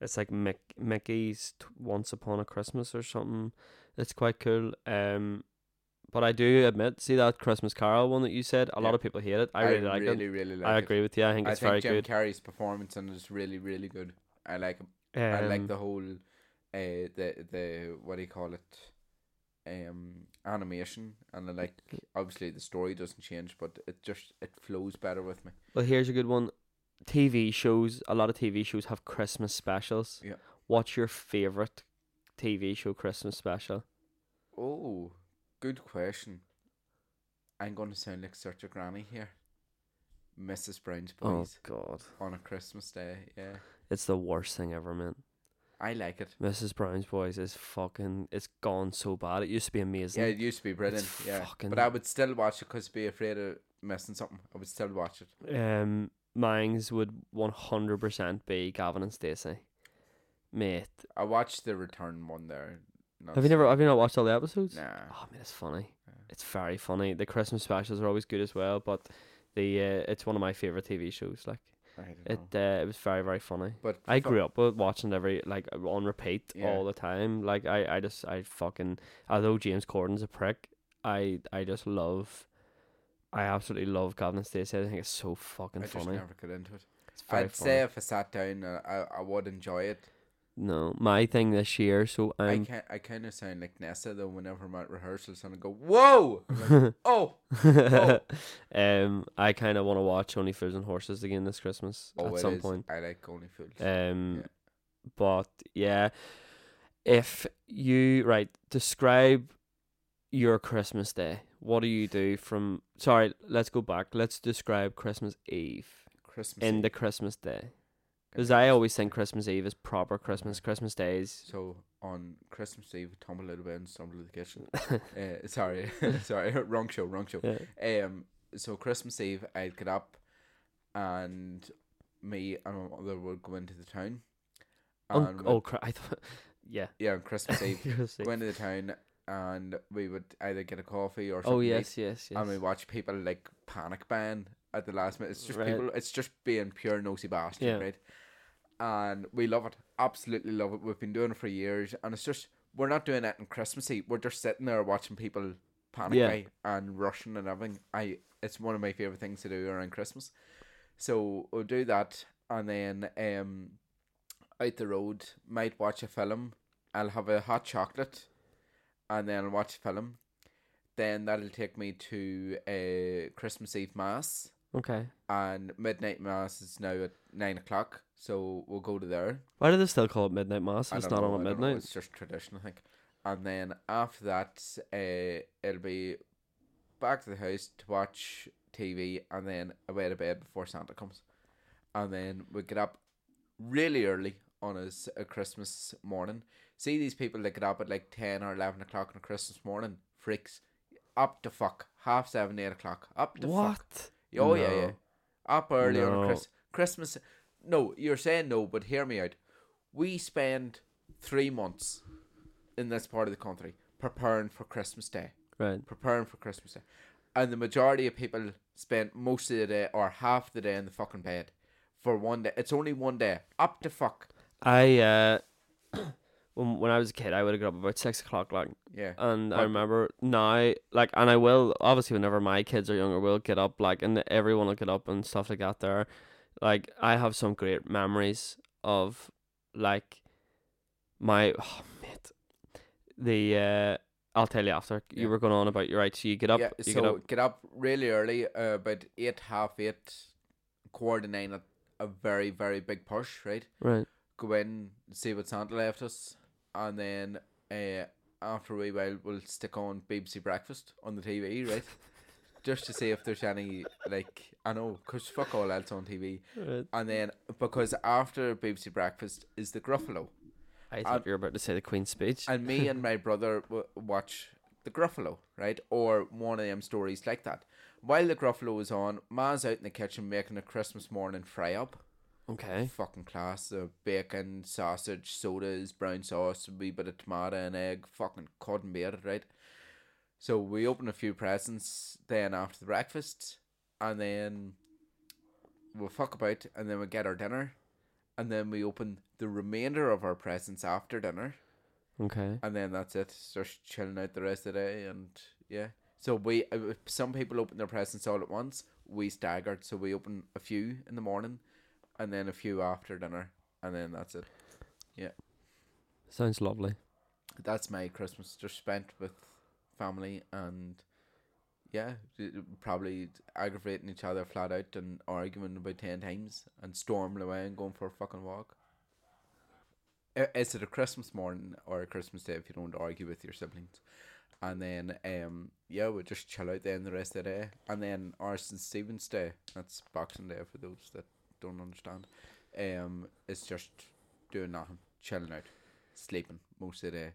Speaker 1: it's like Mick, Mickey's T- Once Upon a Christmas or something. It's quite cool. Um, but I do admit, see that Christmas Carol one that you said. A lot
Speaker 2: Yeah.
Speaker 1: of people hate it. I
Speaker 2: (laughs)
Speaker 1: really like
Speaker 2: really,
Speaker 1: it.
Speaker 2: really like
Speaker 1: I
Speaker 2: it.
Speaker 1: agree with you. I think
Speaker 2: I
Speaker 1: it's
Speaker 2: think
Speaker 1: very
Speaker 2: Jim
Speaker 1: good.
Speaker 2: Carrey's performance and is really, really good. I like him. I like
Speaker 1: Um,
Speaker 2: the whole, uh, the the what do you call it, um, animation and I like obviously the story doesn't change, but it just it flows better with me.
Speaker 1: Well, here's a good one. TV shows. A lot of TV shows have Christmas specials.
Speaker 2: Yeah.
Speaker 1: What's your favorite TV show Christmas special?
Speaker 2: Oh, good question. I'm gonna sound like such a granny here. Mrs. Brown's Boys
Speaker 1: Oh God,
Speaker 2: on a Christmas day. Yeah,
Speaker 1: it's the worst thing ever, man.
Speaker 2: I like it.
Speaker 1: Mrs. Brown's Boys is fucking. It's gone so bad. It used to be amazing.
Speaker 2: Yeah, it used to be brilliant. Yeah,
Speaker 1: fucking-
Speaker 2: but I would still watch it because be afraid of missing something. I would still watch it.
Speaker 1: Um, mines would one hundred percent be Gavin and Stacey. Mate,
Speaker 2: I watched the return one there. not
Speaker 1: have you never have you not watched all the episodes?
Speaker 2: Nah.
Speaker 1: Oh man, it's funny.
Speaker 2: Yeah.
Speaker 1: It's very funny. The Christmas specials are always good as well, but the uh, it's one of my favorite TV shows. Like
Speaker 2: I don't
Speaker 1: it,
Speaker 2: know.
Speaker 1: uh, it was very very funny.
Speaker 2: But
Speaker 1: I grew up with watching every like on repeat
Speaker 2: Yeah.
Speaker 1: all the time. Like I, I just I fucking although James Corden's a prick, I I just love, I absolutely love Gavin and Stacey. I think it's so fucking
Speaker 2: I just
Speaker 1: funny.
Speaker 2: never got into it.
Speaker 1: It's very
Speaker 2: I'd
Speaker 1: funny.
Speaker 2: say if I sat down, uh, I I would enjoy it.
Speaker 1: no, my thing this year. So
Speaker 2: I
Speaker 1: (laughs) I'm
Speaker 2: can I kind of sound like Nessa though. Whenever I'm at rehearsals and I go, whoa,
Speaker 1: (laughs)
Speaker 2: I'm like, oh, Oh.
Speaker 1: um I kind of want to watch Only Fools and Horses again this Christmas
Speaker 2: oh
Speaker 1: at
Speaker 2: it
Speaker 1: some
Speaker 2: is.
Speaker 1: point.
Speaker 2: I like Only Fools.
Speaker 1: Um,
Speaker 2: Yeah.
Speaker 1: but yeah, if you right describe your Christmas day, what do you do from? Sorry, let's go back. Let's describe Christmas Eve
Speaker 2: Christmas.
Speaker 1: in
Speaker 2: Eve.
Speaker 1: the Christmas day,
Speaker 2: Okay.
Speaker 1: because I always think Christmas Eve is proper Christmas. Christmas Day is
Speaker 2: So on Christmas Eve, tumble out of bed and stumble to
Speaker 1: (laughs)
Speaker 2: the kitchen. uh, sorry, (laughs) sorry, wrong show, wrong show.
Speaker 1: yeah,
Speaker 2: Um, so Christmas Eve, I'd get up, and me and my mother would go into the town.
Speaker 1: un-
Speaker 2: and
Speaker 1: oh, cri- I thought (laughs) yeah.
Speaker 2: yeah, on Christmas uh, Eve,
Speaker 1: (laughs) Christmas Eve.
Speaker 2: go into the town, and we would either get a coffee or something
Speaker 1: oh
Speaker 2: to eat,
Speaker 1: yes, yes, yes.
Speaker 2: and we watch people like panic ban at the last minute. It's just
Speaker 1: Right.
Speaker 2: people. It's just being pure nosy bastard,
Speaker 1: Yeah.
Speaker 2: right? And we love it. Absolutely love it. We've been doing it for years, and it's just we're not doing it in Christmassy. We're just sitting there watching people panic
Speaker 1: Yeah.
Speaker 2: buy and rushing and everything. I it's one of my favorite things to do around Christmas. So we'll do that, and then um, out the road might watch a film. I'll have a hot chocolate, and then I'll watch a film. Then that'll take me to a Christmas Eve mass,
Speaker 1: okay.
Speaker 2: and midnight mass is now at nine o'clock. So we'll go to there.
Speaker 1: Why do they still call it midnight mass?
Speaker 2: I
Speaker 1: It's
Speaker 2: don't
Speaker 1: not
Speaker 2: know,
Speaker 1: on
Speaker 2: I
Speaker 1: at
Speaker 2: don't know,
Speaker 1: midnight.
Speaker 2: It's just tradition, I think. And then after that, uh, it'll be back to the house to watch TV, and then away to bed before Santa comes. And then we get up really early on a, s- a Christmas morning. See these people that get up at like ten or eleven o'clock on a Christmas morning, freaks. Up to fuck half seven, eight o'clock. Up to fuck.
Speaker 1: What?
Speaker 2: Oh yeah, yeah.
Speaker 1: No.
Speaker 2: Up early on
Speaker 1: No.
Speaker 2: a Chris- Christmas. No, you're saying no, but hear me out. We spend three months in this part of the country preparing for Christmas Day,
Speaker 1: Right.
Speaker 2: preparing for Christmas Day, and the majority of people spend most of the day or half the day in the fucking bed for one day. It's only one day. Up to fuck.
Speaker 1: I uh, (clears throat) when when I was a kid, I would have got up about six o'clock, like,
Speaker 2: Yeah.
Speaker 1: and I
Speaker 2: Right.
Speaker 1: remember now, like, and I will obviously whenever my kids are younger, we'll get up, like, and everyone will get up and stuff like that. There, like, I have some great memories of, like, my (sighs) oh, mate, the uh, I'll tell you after
Speaker 2: Yeah.
Speaker 1: you were going on about your right. So you get up,
Speaker 2: yeah.
Speaker 1: you
Speaker 2: so
Speaker 1: get up.
Speaker 2: really early, uh, about eight, half eight, quarter to nine. A, a very very big push, right?
Speaker 1: Right.
Speaker 2: go in, see what Santa left us, and then uh, after a wee while we'll stick on BBC Breakfast on the TV, right? Just to see if there's any like I know, cause fuck all else on TV,
Speaker 1: right.
Speaker 2: and then because after BBC Breakfast is the Gruffalo,
Speaker 1: I thought you were about to say the Queen's speech.
Speaker 2: and me and my brother w- watch the Gruffalo, right, or one of them stories like that. While the Gruffalo is on, Ma's out in the kitchen making a Christmas morning fry up.
Speaker 1: okay.
Speaker 2: Fucking class. The bacon, sausage, sodas, brown sauce, a wee bit of tomato and egg. Fucking couldn't beat it, right? So we open a few presents then after the breakfast, and then we'll fuck about and then we get our dinner and then we open the remainder of our presents after dinner
Speaker 1: Okay.
Speaker 2: and then that's it just chilling out the rest of the day and yeah so we uh, some people open their presents all at once we staggered so we open a few in the morning and then a few after dinner and then that's it
Speaker 1: Sounds lovely.
Speaker 2: that's my Christmas just spent with family and yeah, d- d- probably aggravating each other flat out and arguing about ten times and storming away and going for a fucking walk. I- Is it a Christmas morning or a Christmas day if you don't argue with your siblings? And then um yeah, we'll just chill out then the rest of the day. And then our St. Stephen's Day, that's Boxing Day for those that don't understand. Um it's just doing nothing, chilling out sleeping most of the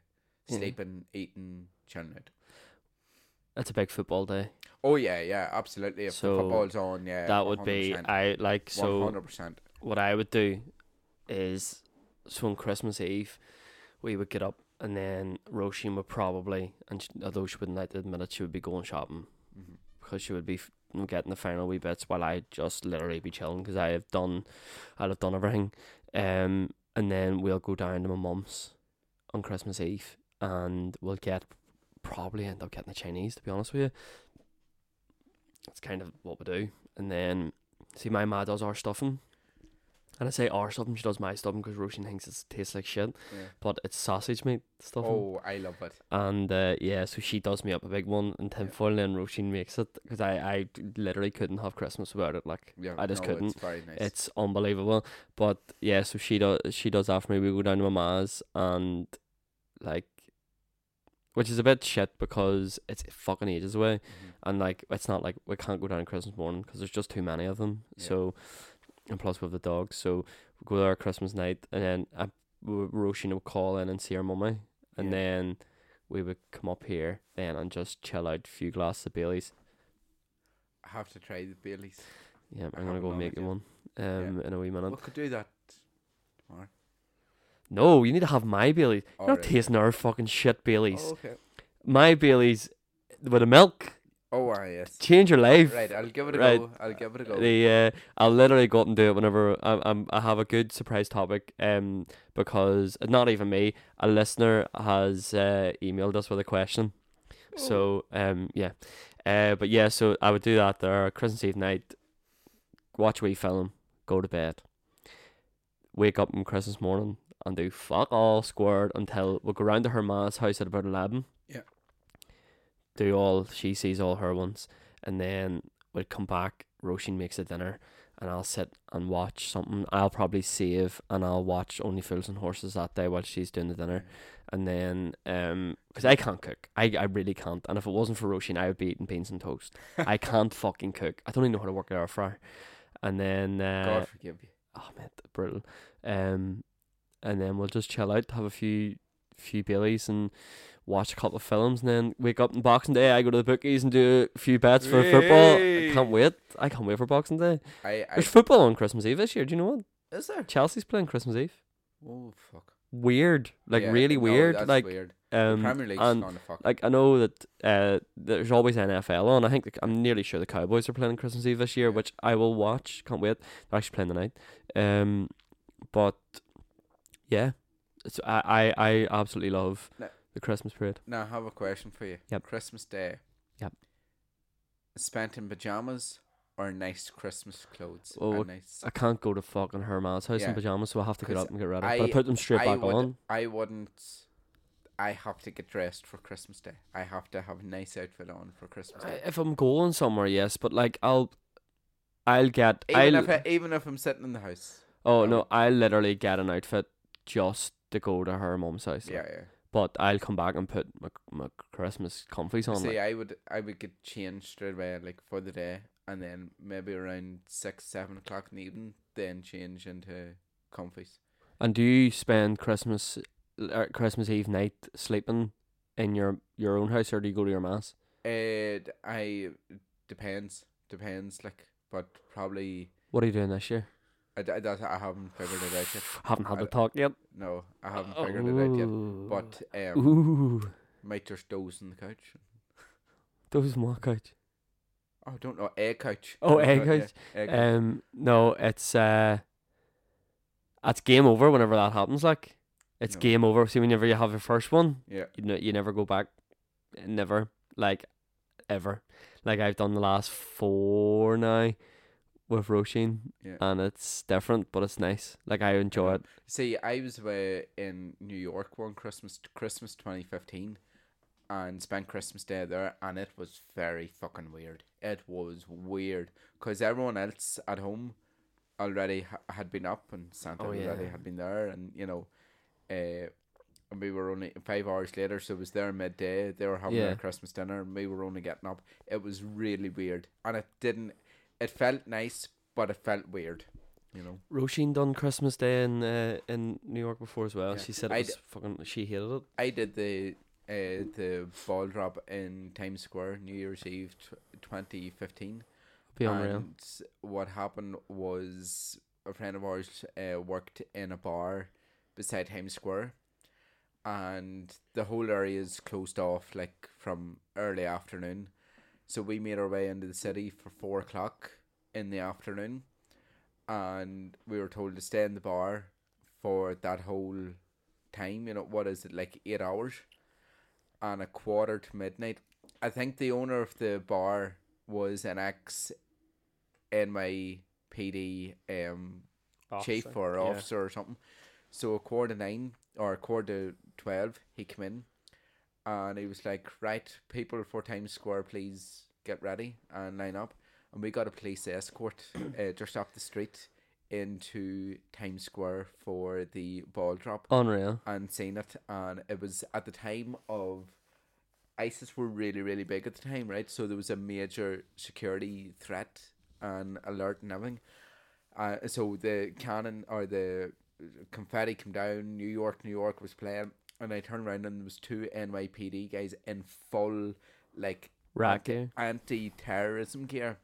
Speaker 1: Yeah.
Speaker 2: sleeping, eating, chilling out.
Speaker 1: That's a big football day.
Speaker 2: Oh yeah, yeah, absolutely. If
Speaker 1: So,
Speaker 2: the football's on, yeah,
Speaker 1: that would be I like
Speaker 2: one
Speaker 1: so.
Speaker 2: hundred percent.
Speaker 1: What I would do is so on Christmas Eve we would get up and then Roisin would probably and she, although she wouldn't like to admit it, she would be going shopping
Speaker 2: Mm-hmm.
Speaker 1: because she would be f- getting the final wee bits while I just literally be chilling because I have done, I'll have done everything. Um, and then we'll go down to my mum's on Christmas Eve and we'll get probably end up getting the Chinese to be honest with you. That's kind of what we do. And then see, my ma does our stuffing. And I say our stuffing, she does my stuffing because Roisin thinks it tastes like shit,
Speaker 2: Yeah.
Speaker 1: but it's sausage meat stuffing.
Speaker 2: Oh, I love it.
Speaker 1: And uh, yeah, so she does me up a big one in tinfoil, and Roisin makes it because I, I literally couldn't have Christmas without it. Like
Speaker 2: Yeah,
Speaker 1: I just
Speaker 2: no,
Speaker 1: couldn't.
Speaker 2: It's very nice.
Speaker 1: it's unbelievable. But yeah, so she does she does that for me. We go down to my ma's and like, which is a bit shit because it's fucking ages away
Speaker 2: Mhm.
Speaker 1: and like it's not like we can't go down on Christmas morning because there's just too many of them.
Speaker 2: Yeah.
Speaker 1: So, and plus we have the dogs, so we go there Christmas night, and then I, w- Roisin would call in and see her mummy, and
Speaker 2: Yeah.
Speaker 1: then we would come up here then and just chill out, a few glasses of Bailey's.
Speaker 2: I have to try the Baileys.
Speaker 1: Yeah, I'm
Speaker 2: I
Speaker 1: gonna
Speaker 2: haven't
Speaker 1: go
Speaker 2: done
Speaker 1: make
Speaker 2: it
Speaker 1: you
Speaker 2: yet.
Speaker 1: one. Um, in a wee minute.
Speaker 2: We could do that.
Speaker 1: No, you need to have my Bailey's.
Speaker 2: Oh,
Speaker 1: You're not
Speaker 2: really?
Speaker 1: tasting our fucking shit Bailey's.
Speaker 2: Oh, okay.
Speaker 1: My Bailey's with the milk
Speaker 2: Oh, ah, yes.
Speaker 1: change your life.
Speaker 2: Right, I'll give it a
Speaker 1: Right.
Speaker 2: go. I'll give it a go.
Speaker 1: The uh, I'll literally go up and do it whenever I, I'm I have a good surprise topic. Um, because not even me, a listener has uh, emailed us with a question. So um, yeah, uh, but yeah, so I would do that there Christmas Eve night. Watch a wee film, go to bed. Wake up on Christmas morning and do fuck all squared until we go round to her ma's house at about eleven.
Speaker 2: Yeah.
Speaker 1: Do all she sees all her ones, and then we would come back. Roisin makes a dinner, and I'll sit and watch something. I'll probably save, and I'll watch Only Fools and Horses that day while she's doing the dinner, and then um, because I can't cook, I I really can't. And if it wasn't for Roisin, I would be eating beans and toast. I can't fucking cook. I don't even know how to work an air fryer. And then uh,
Speaker 2: God forgive you.
Speaker 1: oh man, brutal. Um, and then we'll just chill out, have a few few Baileys and watch a couple of films, and then wake up on Boxing Day. I go to the bookies and do a few bets for football. I can't
Speaker 2: Yay.
Speaker 1: wait. I can't wait for Boxing Day.
Speaker 2: I, I
Speaker 1: There's football on Christmas Eve this year. Do you know what?
Speaker 2: is there?
Speaker 1: Chelsea's playing Christmas Eve.
Speaker 2: Oh fuck!
Speaker 1: Weird, like
Speaker 2: Yeah,
Speaker 1: really
Speaker 2: no,
Speaker 1: weird.
Speaker 2: that's
Speaker 1: like
Speaker 2: weird.
Speaker 1: um,
Speaker 2: Premier League's
Speaker 1: and
Speaker 2: gone to fuck.
Speaker 1: like I know that uh, there's always NFL on. I think the, I'm nearly sure the Cowboys are playing on Christmas Eve this year,
Speaker 2: Yeah.
Speaker 1: which I will watch. Can't wait. They're actually playing tonight. Um, but yeah, it's, I, I I absolutely love
Speaker 2: No.
Speaker 1: the Christmas period.
Speaker 2: Now I have a question for you.
Speaker 1: Yep.
Speaker 2: Christmas Day.
Speaker 1: Yep.
Speaker 2: Spent in pajamas or nice Christmas clothes?
Speaker 1: Oh,
Speaker 2: and
Speaker 1: what-
Speaker 2: nice.
Speaker 1: I can't go to fucking her mom's house in
Speaker 2: Yeah.
Speaker 1: pajamas, so I have to get
Speaker 2: 'Cause
Speaker 1: up and get ready.
Speaker 2: I-
Speaker 1: but I put them straight
Speaker 2: I
Speaker 1: back
Speaker 2: would,
Speaker 1: on.
Speaker 2: I wouldn't. I have to get dressed for Christmas Day. I have to have a nice outfit on for Christmas
Speaker 1: I,
Speaker 2: Day.
Speaker 1: if I'm going somewhere, yes, but like I'll, I'll get.
Speaker 2: even
Speaker 1: I'll,
Speaker 2: if I, even if I'm sitting in the house.
Speaker 1: oh
Speaker 2: I
Speaker 1: no,
Speaker 2: would-
Speaker 1: I literally get an outfit just to go to her mom's house. like.
Speaker 2: Yeah, yeah.
Speaker 1: but I'll come back and put my, my Christmas comfies on.
Speaker 2: See,
Speaker 1: like.
Speaker 2: I would I would get changed straight away like for the day, and then maybe around six seven o'clock in the evening, then change into comfies.
Speaker 1: And do you spend Christmas uh, Christmas Eve night sleeping in your your own house, or do you go to your mass?
Speaker 2: It I depends depends like, but probably
Speaker 1: What are you doing this year?
Speaker 2: I, d- I, that, I haven't figured it out yet.
Speaker 1: (sighs) Haven't had
Speaker 2: I-
Speaker 1: the talk yet.
Speaker 2: No, I haven't figured it out yet. But
Speaker 1: Oh.
Speaker 2: um,
Speaker 1: ooh, (laughs)
Speaker 2: might just doze on the couch.
Speaker 1: those mock out.
Speaker 2: Oh, I don't know. Air couch.
Speaker 1: Oh,
Speaker 2: I don't
Speaker 1: Air
Speaker 2: know, yeah,
Speaker 1: Couch.
Speaker 2: Air couch.
Speaker 1: Um, no, it's uh, it's game over whenever that happens. Like, it's
Speaker 2: No.
Speaker 1: game over. See, whenever you have your first one,
Speaker 2: Yeah.
Speaker 1: you know, you never go back, never, like, ever. Like I've done the last four now with Roisin,
Speaker 2: Yeah.
Speaker 1: and it's different, but it's nice. Like I enjoy it.
Speaker 2: See, I was away in New York one Christmas, Christmas 2015, and spent Christmas Day there, and it was very fucking weird. It was weird because everyone else at home already ha- had been up, and Santa
Speaker 1: Oh,
Speaker 2: already
Speaker 1: yeah.
Speaker 2: had been there, and you know, uh, and we were only five hours later, so it was there midday. They were having
Speaker 1: Yeah.
Speaker 2: their Christmas dinner, and we were only getting up. It was really weird, and it didn't. It felt nice, but it felt weird. You know.
Speaker 1: Roisin done Christmas Day in uh, in New York before as well.
Speaker 2: Yeah.
Speaker 1: She said it
Speaker 2: I
Speaker 1: was
Speaker 2: d-
Speaker 1: fucking. She hated it.
Speaker 2: I did the uh, the ball drop in Times Square New Year's Eve t- 2015.
Speaker 1: Be unreal.
Speaker 2: And what happened was a friend of ours uh, worked in a bar beside Times Square, and the whole area is closed off like from early afternoon. So we made our way into the city for four o'clock in the afternoon, and we were told to stay in the bar for that whole time. You know what is it like eight hours, and a quarter to midnight. I think the owner of the bar was an ex NYPD um chief or
Speaker 1: yeah.
Speaker 2: officer or something. So a quarter to nine or a quarter to twelve, he came in, and he was like, "Right, people for Times Square, please get ready and line up." And we got a police escort uh, just up the street into Times Square for the ball drop
Speaker 1: Unreal.
Speaker 2: and seen it, and it was at the time of ISIS were really really big at the time, right? So there was a major security threat and alert and everything. Uh, so the cannon or the confetti came down. New York, New York was playing, and I turned around and there was two NYPD guys in full like
Speaker 1: Rack here.
Speaker 2: anti-terrorism gear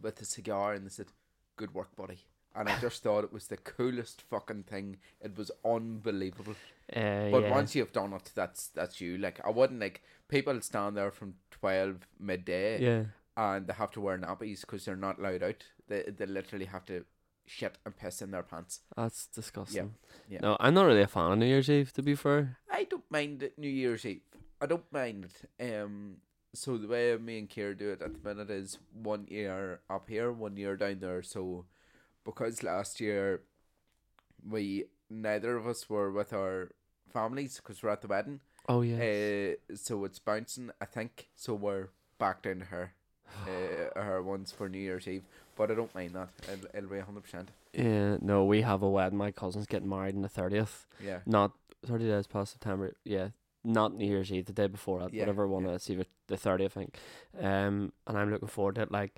Speaker 2: with a cigar and they said, "Good work, buddy." And I just thought it was the coolest fucking thing. It was unbelievable.
Speaker 1: Uh,
Speaker 2: But
Speaker 1: yeah.
Speaker 2: once you've done it, that's that's you. Like I wouldn't like people stand there from twelve midday
Speaker 1: yeah.
Speaker 2: and they have to wear nappies because they're not allowed out. They they literally have to shit and piss in their pants.
Speaker 1: That's disgusting.
Speaker 2: yeah.
Speaker 1: No, I'm not really a fan of New Year's Eve, to be fair.
Speaker 2: I don't mind it New Year's Eve. I don't mind it. Um. So the way me and Kier do it at the minute is one year up here, one year down there. So because last year we neither of us were with our families because we're at the wedding.
Speaker 1: Oh yeah.
Speaker 2: Uh, so it's bouncing, I think. So we're back down
Speaker 1: (sighs)
Speaker 2: to her, uh, her ones for New Year's Eve. But I don't mind that. It'll, it'll be hundred percent.
Speaker 1: yeah. No, we have a wedding. My cousin's getting married on the thirtieth. (laughs)
Speaker 2: Yeah.
Speaker 1: Not thirty days past September. Yeah. Not New Year's Eve, the day before that,
Speaker 2: Yeah,
Speaker 1: whatever one
Speaker 2: yeah.
Speaker 1: it is, either the thirtieth, I think. Um, and I'm looking forward to it. Like,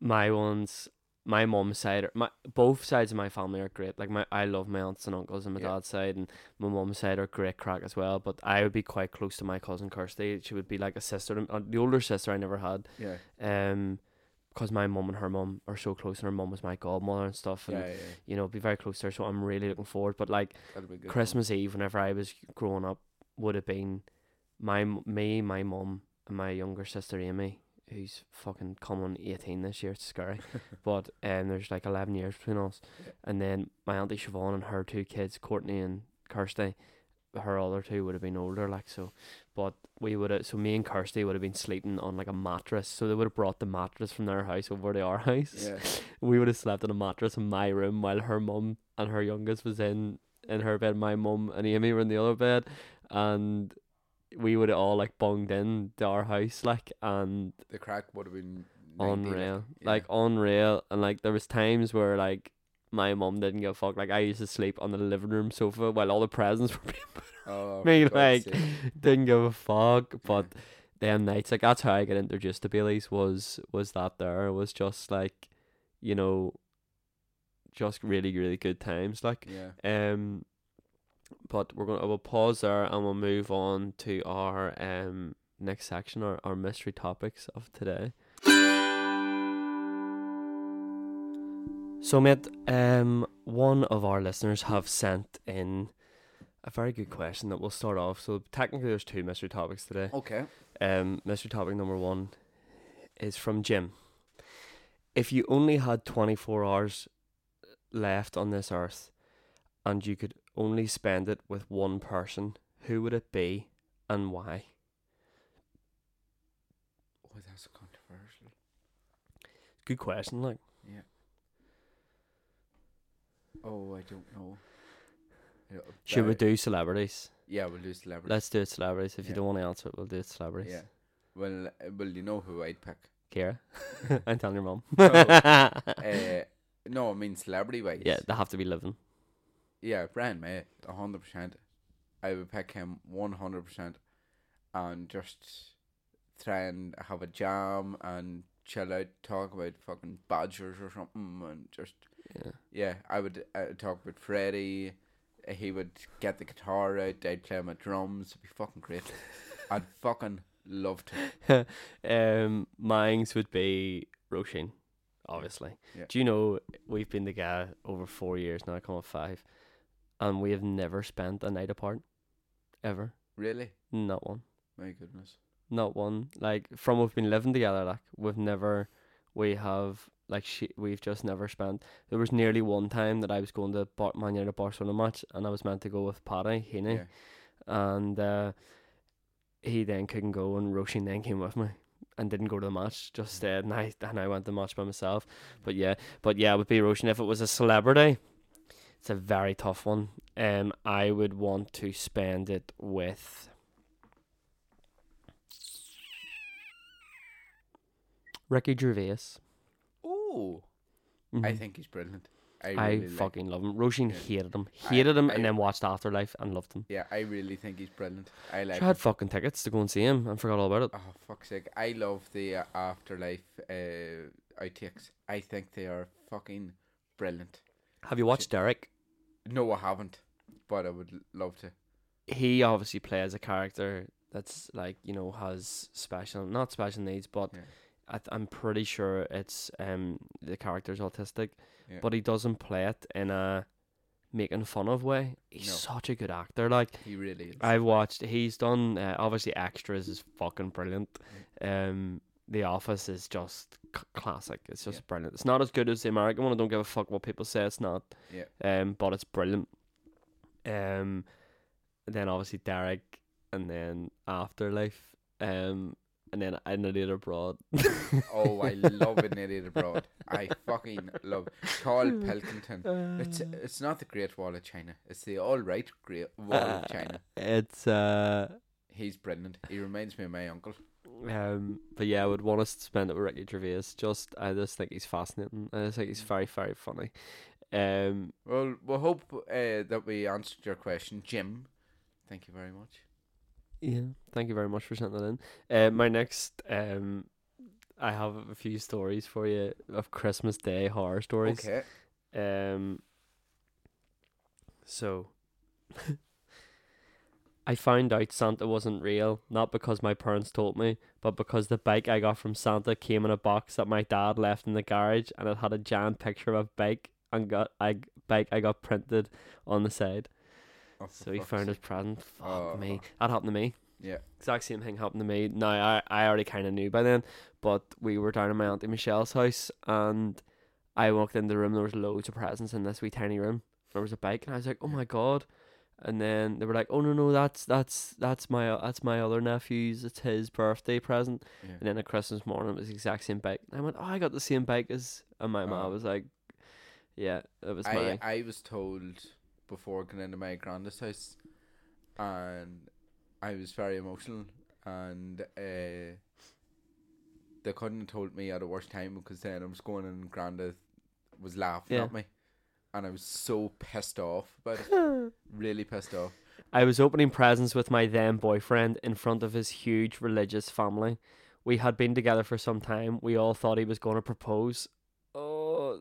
Speaker 1: my ones, my mum's side, are- my both sides of my family are great. Like my, I love my aunts and uncles and my
Speaker 2: Yeah.
Speaker 1: dad's side, and my mum's side are great crack as well. But I would be quite close to my cousin Kirsty. She would be like a sister, to, m- uh, the older sister I never had.
Speaker 2: Yeah.
Speaker 1: um because my mum and her mum are so close and her mum was my godmother and stuff
Speaker 2: Yeah.
Speaker 1: and
Speaker 2: yeah, yeah.
Speaker 1: you know be very close to her so i'm really looking forward but like
Speaker 2: That'll be good.
Speaker 1: christmas eve whenever i was growing up would have been my m- me my mum and my younger sister amy who's fucking coming 18 this year it's
Speaker 2: (laughs)
Speaker 1: scary but um there's like 11 years between us
Speaker 2: Yeah.
Speaker 1: and then my auntie siobhan and her two kids courtney and kirsty her other two would have been older, like so. But we would have, so me and Kirsty would have been sleeping on like a mattress. So they would have brought the mattress from their house over to our (laughs) house.
Speaker 2: Yeah.
Speaker 1: We would have slept on a mattress in my room while her mum and her youngest was in in her bed. My mum and Amy were in the other bed, and we would have all like bunged in to our house, like and
Speaker 2: The crack would have been 90,
Speaker 1: unreal,
Speaker 2: yeah.
Speaker 1: like unreal. And like there was times where like. My mum didn't give a fuck. Like I used to sleep on the living room sofa while all the presents were being (laughs)
Speaker 2: Oh,
Speaker 1: Me,
Speaker 2: for God's
Speaker 1: like,
Speaker 2: sake.
Speaker 1: didn't give a fuck. But them nights, like that's how I got introduced to Bailey's was was that there was just like, you know, just really really good times. Like,
Speaker 2: Yeah.
Speaker 1: um, but we're gonna we'll pause there and we'll move on to our um next section, our our mystery topics of today. So mate, um, one of our listeners have sent in a very good question that we'll start off. So technically, there's two mystery topics today.
Speaker 2: Okay.
Speaker 1: Um, mystery topic number one is from Jim. If you only had 24 hours left on this earth and you could only spend it with one person, who would it be and why?
Speaker 2: Oh, that's controversial.
Speaker 1: Good question, like.
Speaker 2: Oh, I don't know. Yeah,
Speaker 1: Should we
Speaker 2: that-
Speaker 1: do celebrities?
Speaker 2: Yeah, we'll do celebrity.
Speaker 1: Let's do it celebrities. If you
Speaker 2: Yeah.
Speaker 1: don't want to answer it, we'll do it celebrities.
Speaker 2: yeah. Well, uh, well, you know who I'd pick.
Speaker 1: (laughs) Kira, I'm telling your mum. Oh.
Speaker 2: Uh, (laughs) no, I mean celebrity wise.
Speaker 1: (laughs) yeah, they have to be living.
Speaker 2: Yeah, Brian May, a hundred percent. I would pick him one hundred percent, and just try and have a jam and chill out, talk about fucking Badgers or something, and just
Speaker 1: Yeah.
Speaker 2: yeah, I would uh, talk about Freddie. He would get the guitar out. I'd play my drums. It'd be fucking great. I'd fucking love to.
Speaker 1: (laughs) um, mine's would be Roisin, obviously.
Speaker 2: Yeah.
Speaker 1: Do you know we've been together over four years now, come on five, and we have never spent a night apart, ever.
Speaker 2: Really,
Speaker 1: Not one.
Speaker 2: my goodness.
Speaker 1: Not one. Like from we've been living together, like we've never, we have like she, we've just never spent. There was nearly one time that I was going to Bar- Man United Barcelona match, and I was meant to go with Paddy Heaney,
Speaker 2: Yeah.
Speaker 1: and uh, he then couldn't go, and Roisin then came with me and didn't go to the match. Just
Speaker 2: Mm.
Speaker 1: stayed, and I and I went to the match by myself. But yeah, but yeah, it would be Roisin if it was a celebrity. It's a very tough one. Um, I would want to spend it with Ricky Gervais.
Speaker 2: Oh, I
Speaker 1: Mhm.
Speaker 2: think he's brilliant. I,
Speaker 1: I
Speaker 2: really like-
Speaker 1: fucking love him. Roisin
Speaker 2: Yeah.
Speaker 1: hated him,
Speaker 2: I-
Speaker 1: hated him,
Speaker 2: I-
Speaker 1: and then watched Afterlife and loved him.
Speaker 2: yeah, I really think he's brilliant. I like.
Speaker 1: Sure
Speaker 2: him.
Speaker 1: had fucking tickets to go and see him and forgot all about it.
Speaker 2: Oh fuck's sake! I love the uh, afterlife uh, outtakes. I think they are fucking brilliant.
Speaker 1: Have you watched Derek?
Speaker 2: No, I haven't, but I would l- love to.
Speaker 1: he obviously plays a character that's like you know has special not special needs but
Speaker 2: Yeah.
Speaker 1: I th- I'm pretty sure it's um the character's autistic
Speaker 2: Yeah.
Speaker 1: but he doesn't play it in a making fun of way he's
Speaker 2: No.
Speaker 1: such a good actor like
Speaker 2: He really is.
Speaker 1: I've watched he's done uh, obviously extras is fucking brilliant um the office is just c- classic it's just
Speaker 2: Yeah.
Speaker 1: brilliant it's not as good as the American one I don't give a fuck what people say it's not
Speaker 2: yeah,
Speaker 1: um, but it's brilliant. Um, then obviously Derek, and then Afterlife, um, and then I Knitted Abroad.
Speaker 2: (laughs) Oh, I love an idiot abroad. (laughs) I fucking love
Speaker 1: (laughs)
Speaker 2: Carl Pilkington. It's it's not the Great Wall of China. It's the all right Great Wall
Speaker 1: Uh,
Speaker 2: of China.
Speaker 1: It's uh,
Speaker 2: He's brilliant. He reminds me of my uncle.
Speaker 1: um, but yeah, I would want us to spend it with Ricky Gervais. Just I just think he's fascinating. I just think he's very very funny. Um,
Speaker 2: Well, we hope uh, that we answered your question, Jim. Thank you very much.
Speaker 1: Yeah, thank you very much for sending that in. Uh, my next, um, I have a few stories for you of Christmas Day horror stories.
Speaker 2: Okay.
Speaker 1: Um. So. (laughs) I found out Santa wasn't real, not because my parents told me, but because the bike I got from Santa came in a box that my dad left in the garage, and it had a giant picture of a bike and got I bike I got printed on the side.
Speaker 2: Oh, for
Speaker 1: So he
Speaker 2: fuck's
Speaker 1: found
Speaker 2: sake.
Speaker 1: his present. Fuck me.
Speaker 2: Oh.
Speaker 1: That happened to me.
Speaker 2: Yeah.
Speaker 1: Exact same thing happened to me. Now I, I already kinda knew by then, but we were down at my Auntie Michelle's house and I walked into the room, there was loads of presents in this wee tiny room. There was a bike and I was like, Oh my god and then they were like, Oh no no, that's that's that's my that's my other nephew's, it's his birthday present
Speaker 2: Yeah.
Speaker 1: and then at Christmas morning it was the exact same bike. And I went, Oh I got the same bike as and my mom
Speaker 2: Oh.
Speaker 1: was like Yeah, it was mine.
Speaker 2: I, I was told before going into my grandest house, and I was very emotional, and uh, they couldn't have told me at a worse time because then I was going and granda was laughing
Speaker 1: Yeah.
Speaker 2: at me, and I was so pissed off about
Speaker 1: (laughs)
Speaker 2: it, really pissed off.
Speaker 1: I was opening presents with my then boyfriend in front of his huge religious family. We had been together for some time. We all thought he was going to propose. Oh,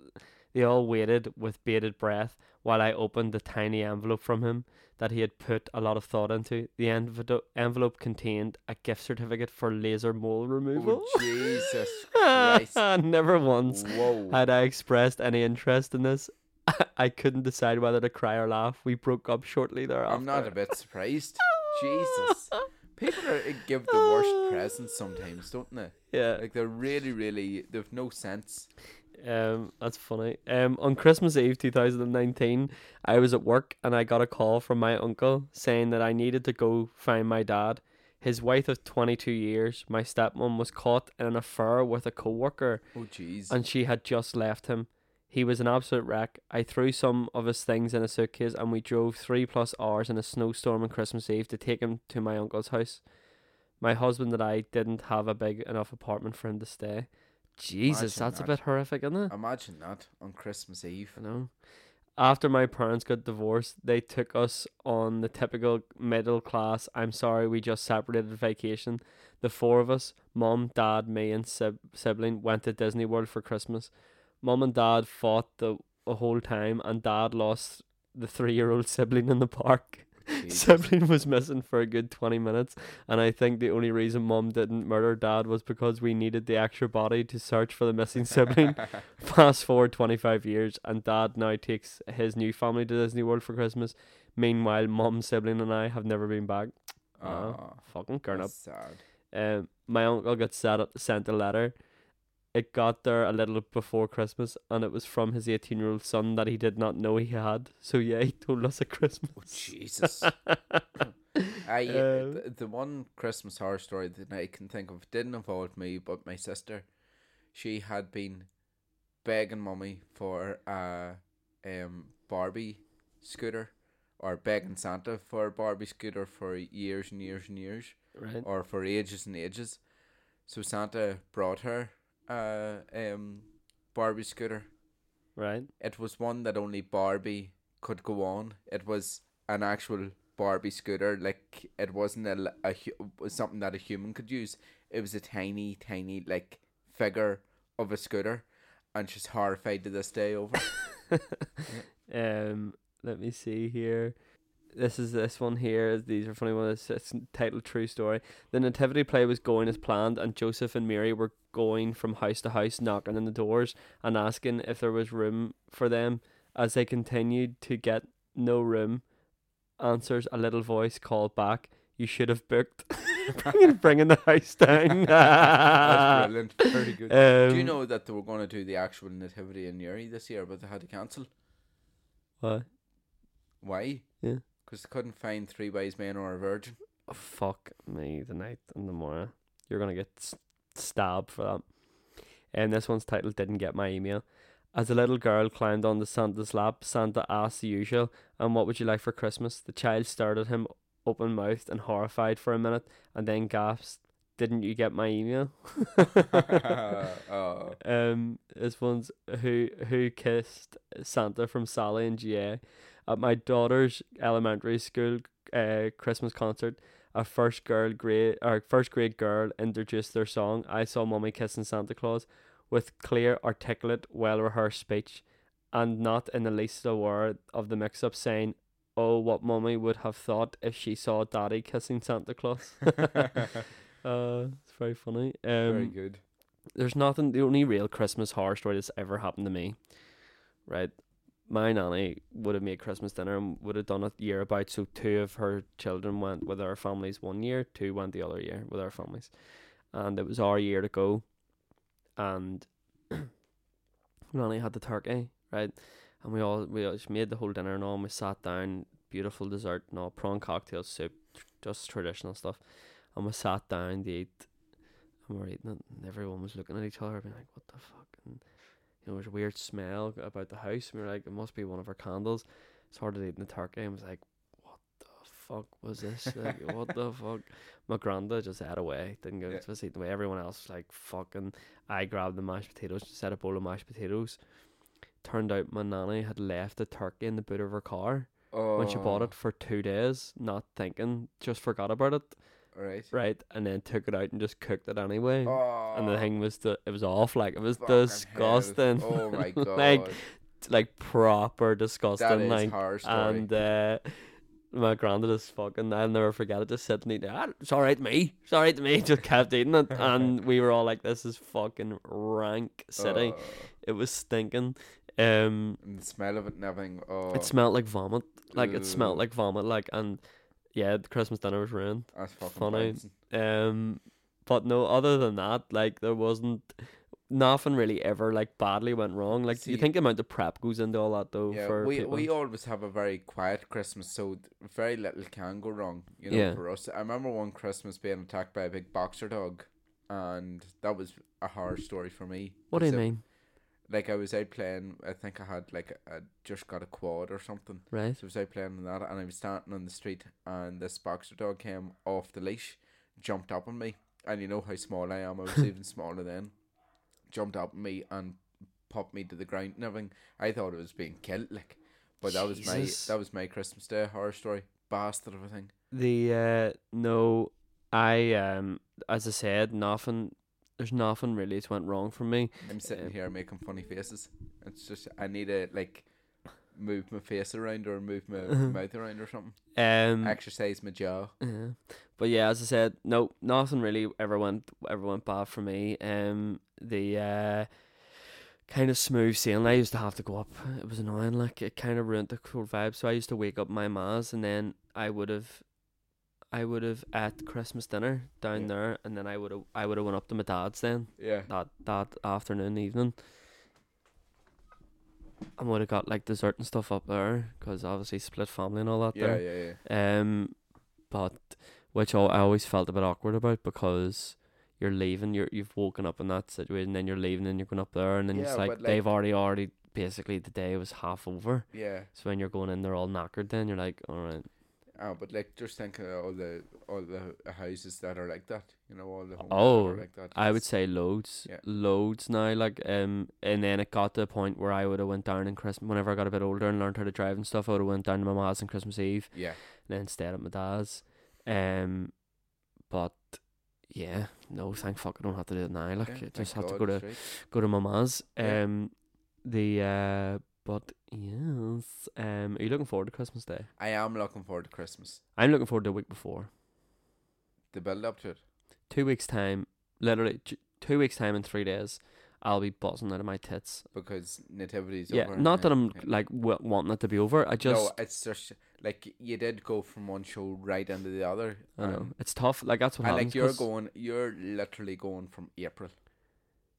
Speaker 1: they all waited with bated breath while I opened the tiny envelope from him that he had put a lot of thought into. The envelope envelope contained a gift certificate for laser mole removal. (laughs)
Speaker 2: Oh, Jesus Christ.
Speaker 1: Never once
Speaker 2: Whoa!
Speaker 1: had (laughs) I expressed any interest in this. (laughs) I couldn't decide whether to cry or laugh. We broke up shortly thereafter. (laughs)
Speaker 2: I'm not a bit surprised. Jesus. People are, eh, give the worst presents sometimes, don't they?
Speaker 1: Yeah.
Speaker 2: Like they're really, really they've no sense.
Speaker 1: Um, that's funny. Um, on Christmas Eve 2019, I was at work and I got a call from my uncle saying that I needed to go find my dad. His wife of 22 years, my stepmom, was caught in an affair with a coworker
Speaker 2: Oh jeez.
Speaker 1: and she had just left him. He was an absolute wreck. I threw some of his things in a suitcase and we drove three plus hours in a snowstorm on Christmas Eve to take him to my uncle's house. My husband and I didn't have a big enough apartment for him to stay. Jesus,
Speaker 2: Imagine
Speaker 1: that's a
Speaker 2: that.
Speaker 1: bit horrific, isn't it?
Speaker 2: Imagine that on Christmas Eve.
Speaker 1: (laughs) I know. After my parents got divorced, they took us on the typical middle class, I'm sorry, we just separated vacation. The four of us, mom, dad, me, and sib- sibling, went to Disney World for Christmas. Mom and dad fought the, the whole time, and dad lost the three year old (laughs) sibling in the park. (laughs)
Speaker 2: Jesus.
Speaker 1: Sibling was missing for a good 20 minutes, and I think the only reason mom didn't murder dad was because we needed the extra body to search for the missing sibling. Fast forward 25 years, and dad now takes his new family to Disney World for Christmas. Meanwhile, mom, sibling, and I have never been back.
Speaker 2: Aw,
Speaker 1: Fucking grown up.
Speaker 2: Ah, that's sad.
Speaker 1: Um, my uncle got set up, sent a letter. It got there a little before Christmas, and it was from his 18 year old son that he did not know he had. So, yeah, he told us at Christmas.
Speaker 2: Oh
Speaker 1: (laughs)
Speaker 2: Jesus. (laughs) I uh,
Speaker 1: Um,
Speaker 2: th- the one Christmas horror story that I can think of didn't involve me, but my sister. She had been begging mummy for a um Barbie scooter, or begging Santa for a Barbie scooter for years and years and years,
Speaker 1: Right.
Speaker 2: or for ages and ages. So Santa brought her a um Barbie scooter.
Speaker 1: Right.
Speaker 2: It was one that only Barbie could go on. It was an actual Barbie scooter. Like it wasn't a, l- a hu- was something that a human could use. It was a tiny, tiny like figure of a scooter, and she's horrified to this day over. it.
Speaker 1: um, let me see here. This is this one here. These are funny ones. It's titled "True Story." The nativity play was going as planned, and Joseph and Mary were going from house to house, knocking on the doors and asking if there was room for them. As they continued to get no room, answers a little voice called back, "You should have booked." (laughs) bringing, bringing the house down.
Speaker 2: (laughs) That's brilliant. Very good.
Speaker 1: Ah. (laughs) Um,
Speaker 2: do you know that they were going to do the actual nativity in Newry this year, but they had to cancel?
Speaker 1: what?
Speaker 2: Why?
Speaker 1: Yeah.
Speaker 2: Because they couldn't find three wise men or a virgin.
Speaker 1: (laughs)
Speaker 2: (laughs)
Speaker 1: Oh, fuck me tonight and tomorrow. You're gonna get s- stabbed for that. And this one's titled "Didn't Get My Email." As a little girl climbed onto Santa's lap, Santa asked the usual, "And what would you like for Christmas?" The child stared at him, open mouthed and horrified for a minute, and then gasped, "Didn't you get my email?" (laughs)
Speaker 2: oh.
Speaker 1: Um, this one's who who kissed Santa from Sally and GA at my daughter's elementary school uh Christmas concert. A first girl grade or first grade girl introduced their song. I saw mommy kissing Santa Claus with clear, articulate, well rehearsed speech, and not in the least aware of the mix up, saying, "Oh, what mommy would have thought if she saw daddy kissing Santa
Speaker 2: (laughs)
Speaker 1: Claus." (laughs) uh, it's very funny. Um,
Speaker 2: Very good.
Speaker 1: there's nothing the only real Christmas horror story that's ever happened to me, right? My nanny would have made Christmas dinner and would have done it year about so two of her children went with our families one year, two went the other year with our families. And it was our year to go and (clears throat) nanny had the turkey, right? And we all we all she made the whole dinner and all and we sat down, beautiful dessert and all, prawn cocktail soup, just traditional stuff. And we sat down to eat and we're eating it, and everyone was looking at each other, being like, "What the fuck?" And you know, there was a weird smell about the house. And we were like, "It must be one of our candles." Started eating the turkey, and was like, "What the fuck was this? Like, what the fuck?" My granda just had away, didn't go
Speaker 2: Yeah.
Speaker 1: to eating away. Everyone else was like, "Fucking!" I grabbed the mashed potatoes, just had a bowl of mashed potatoes. Turned out my nanny had left the turkey in the boot of her car
Speaker 2: Oh.
Speaker 1: when she bought it for two days, not thinking, just forgot about it,
Speaker 2: All right.
Speaker 1: right? And then took it out and just cooked it anyway
Speaker 2: Oh.
Speaker 1: and the thing was that it was off like it was
Speaker 2: Fucking hell.
Speaker 1: disgusting
Speaker 2: Oh my god.
Speaker 1: Like, (laughs) like proper
Speaker 2: that
Speaker 1: disgusting
Speaker 2: is
Speaker 1: like
Speaker 2: horror story.
Speaker 1: and uh my granddad is fucking I'll never forget it just sitting eating it. "Ah, it's alright to me it's alright to me (laughs) just kept eating
Speaker 2: (laughs)
Speaker 1: it and we were all like this is fucking rank city
Speaker 2: Oh,
Speaker 1: it was stinking um
Speaker 2: and the smell of it and everything. Oh.
Speaker 1: it smelled like vomit like it smelled
Speaker 2: Ugh.
Speaker 1: like vomit like and yeah, the Christmas dinner was ruined.
Speaker 2: That's fucking
Speaker 1: Funny.
Speaker 2: bouncing.
Speaker 1: Um, but no, other than that, like there wasn't nothing really ever like badly went wrong. Like you
Speaker 2: See-
Speaker 1: think the amount of prep goes into all that though
Speaker 2: Yeah,
Speaker 1: for
Speaker 2: we
Speaker 1: people.
Speaker 2: we always have a very quiet Christmas, so th- very little can go wrong. You know,
Speaker 1: Yeah.
Speaker 2: for us, I remember one Christmas being attacked by a big boxer dog, and that was a horror story for me.
Speaker 1: what do you
Speaker 2: So,
Speaker 1: mean,
Speaker 2: Like I was out playing. I think I had like I just got a quad or something.
Speaker 1: right?
Speaker 2: So I was out playing on that, and I was standing on the street, and this boxer dog came off the leash, jumped up on me, and you know how small I am.
Speaker 1: (laughs)
Speaker 2: I was even smaller then. Jumped up on me and popped me to the ground and everything. I thought it was being killed, like, but that was my
Speaker 1: Jesus.
Speaker 2: that was my Christmas Day horror story. Bastard of a thing.
Speaker 1: The uh no, I um as I said, nothing. There's nothing really that's went wrong for me.
Speaker 2: I'm sitting
Speaker 1: Um,
Speaker 2: here making funny faces. It's just I need to like move my face around or
Speaker 1: (laughs)
Speaker 2: move my mouth around or something.
Speaker 1: Um,
Speaker 2: Exercise my jaw.
Speaker 1: yeah. Uh-huh. but yeah, as I said, no, nothing really ever went ever went bad for me. Um, the uh kind of smooth sailing. I used to have to go up. It was annoying. Like it kind of ruined the cool vibe. So I used to wake up my ma's, and then I would have. I would have at Christmas dinner down
Speaker 2: Yeah.
Speaker 1: there, and then I would have I would have went up to my dad's then,
Speaker 2: Yeah.
Speaker 1: that that afternoon evening. I would have got like dessert and stuff up there because obviously split family and all that.
Speaker 2: Yeah,
Speaker 1: there.
Speaker 2: yeah, yeah.
Speaker 1: Um, but which al- I always felt a bit awkward about because you're leaving, you're you've woken up in that situation, then you're leaving, and you're going up there, and then
Speaker 2: Yeah,
Speaker 1: it's like,
Speaker 2: but, like-
Speaker 1: they've already already basically the day was half over.
Speaker 2: Yeah.
Speaker 1: So when you're going in, they're all knackered. Then you're like, all right,
Speaker 2: Oh, but like just think of all the all the houses that are like that. You know, all the homes
Speaker 1: Oh,
Speaker 2: that are like that.
Speaker 1: I would
Speaker 2: It's-
Speaker 1: say loads,
Speaker 2: Yeah.
Speaker 1: loads now. Like um, and then it got to the point where I would have went down and Christmas. Whenever I got a bit older and learned how to drive and stuff, I would have went down to my ma's on Christmas Eve,
Speaker 2: Yeah,
Speaker 1: and then stayed at my dad's. Um, but yeah, no, thank fuck, I don't have to do it now. Like,
Speaker 2: yeah,
Speaker 1: I just
Speaker 2: thank
Speaker 1: have to
Speaker 2: God
Speaker 1: go to
Speaker 2: it's right.
Speaker 1: go to my ma's.
Speaker 2: Yeah.
Speaker 1: Um, the uh, but yes, um, are you looking forward to Christmas Day?
Speaker 2: I am looking forward to Christmas.
Speaker 1: I'm looking forward to the week before.
Speaker 2: The build up to it.
Speaker 1: Two weeks time, literally t- two weeks time in three days. I'll be buzzing out of my tits.
Speaker 2: Because nativity's
Speaker 1: yeah,
Speaker 2: over.
Speaker 1: not
Speaker 2: now.
Speaker 1: that I'm
Speaker 2: Yeah.
Speaker 1: like w- wanting it to be over. I just
Speaker 2: No, it's just like you did go from one show right into the other.
Speaker 1: I don't know
Speaker 2: and-
Speaker 1: it's tough. Like that's what
Speaker 2: And
Speaker 1: happens.
Speaker 2: like you're
Speaker 1: 'cause-
Speaker 2: going, you're literally going from April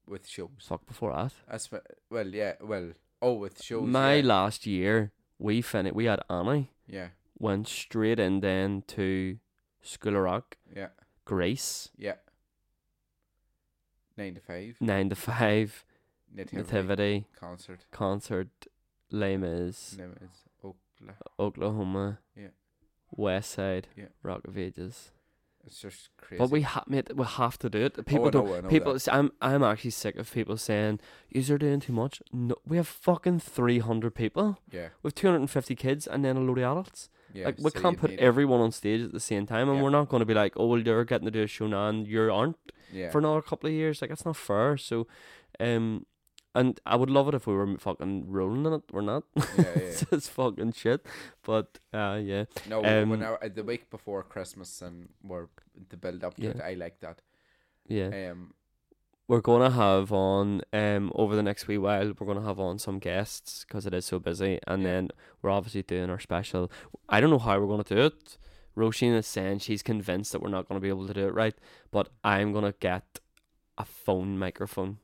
Speaker 2: with shows.
Speaker 1: fuck before that.
Speaker 2: That's wha- well, yeah, well, oh, with shows.
Speaker 1: my
Speaker 2: yeah,
Speaker 1: last year, we fin we had Annie
Speaker 2: yeah,
Speaker 1: went straight in then to School of Rock,
Speaker 2: yeah,
Speaker 1: Grace,
Speaker 2: yeah. Nine to five.
Speaker 1: Nine to
Speaker 2: (laughs)
Speaker 1: Five,
Speaker 2: Nativity,
Speaker 1: Nativity.
Speaker 2: concert.
Speaker 1: concert Les Mis,
Speaker 2: No, it's Oakla.
Speaker 1: Oklahoma,
Speaker 2: Yeah.
Speaker 1: West Side,
Speaker 2: Yeah.
Speaker 1: Rock of Ages.
Speaker 2: It's just crazy.
Speaker 1: But we ha- mate, we have to do it. People
Speaker 2: oh, I
Speaker 1: don't.
Speaker 2: know, I know
Speaker 1: People,
Speaker 2: that.
Speaker 1: s- I'm I'm actually sick of people saying you're doing too much. No, we have fucking three hundred people
Speaker 2: Yeah,
Speaker 1: with two hundred and fifty kids and then a load of adults.
Speaker 2: yeah.
Speaker 1: like we
Speaker 2: so
Speaker 1: can't
Speaker 2: you
Speaker 1: put
Speaker 2: need-
Speaker 1: everyone on stage at the same time, and
Speaker 2: Yeah.
Speaker 1: we're not going to be like, oh well, you're getting to do a show now and you aren't
Speaker 2: Yeah.
Speaker 1: for another couple of years. Like that's not fair. So, um, and I would love it if we were fucking rolling in it. We're not.
Speaker 2: yeah,
Speaker 1: (laughs)
Speaker 2: yeah.
Speaker 1: it's just fucking shit. But uh, yeah,
Speaker 2: No,
Speaker 1: Um,
Speaker 2: when I, uh, the week before Christmas and where the build up to
Speaker 1: Yeah.
Speaker 2: it, I like that.
Speaker 1: yeah,
Speaker 2: Um,
Speaker 1: we're gonna have on um over the next wee while. We're gonna have on some guests because it is so busy, and
Speaker 2: Yeah.
Speaker 1: then we're obviously doing our special. I don't know how we're gonna do it. Roisin is saying she's convinced that we're not gonna be able to do it right, but I'm gonna get a phone microphone.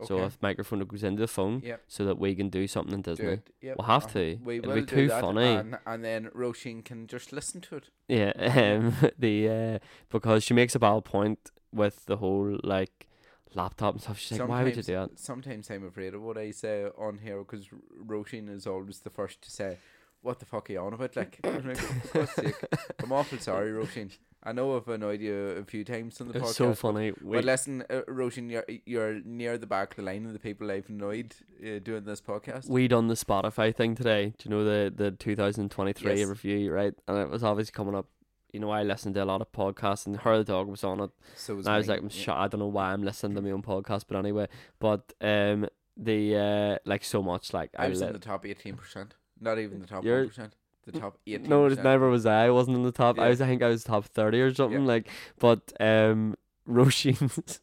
Speaker 2: okay.
Speaker 1: So a microphone that goes into the phone,
Speaker 2: Yep.
Speaker 1: so that we can do something in Disney.
Speaker 2: do it. Yep.
Speaker 1: We'll have
Speaker 2: uh,
Speaker 1: to.
Speaker 2: We
Speaker 1: It'll
Speaker 2: will
Speaker 1: be
Speaker 2: do
Speaker 1: too
Speaker 2: that
Speaker 1: funny.
Speaker 2: And, and then Roisin can just listen to it.
Speaker 1: Yeah, (laughs) um, the uh, because she makes a valid point with the whole like laptop and stuff. She's like, why would you do that?
Speaker 2: Sometimes I'm afraid of what I say on here because Roisin is always the first to say, "What the fuck are you on about?" Like,
Speaker 1: (laughs)
Speaker 2: I'm like, "For God's sake, I'm awful sorry, Roisin. I know I've annoyed you a few times on the
Speaker 1: It's
Speaker 2: podcast.
Speaker 1: so funny. We,
Speaker 2: But listen, uh, Roisin, you're, you're near the back of the line of the people I've annoyed uh, doing this podcast.
Speaker 1: we done the Spotify thing today. Do you know the the 2023
Speaker 2: Yes.
Speaker 1: review, right? And it was obviously coming up. You know, I listened to a lot of podcasts, and her the dog was on it.
Speaker 2: so was
Speaker 1: And I was
Speaker 2: mine,
Speaker 1: like, I'm
Speaker 2: yeah.
Speaker 1: shut. I don't know why I'm listening to my own podcast, but anyway. But um, the uh, like so much like
Speaker 2: I was
Speaker 1: li-
Speaker 2: in the top 18%. Not even the top
Speaker 1: You're-
Speaker 2: 1%. The top 18%.
Speaker 1: No, it never was I. I wasn't in the top. I
Speaker 2: Yeah.
Speaker 1: was. I think I was top thirty or something. Like, but um, (laughs) Roisin's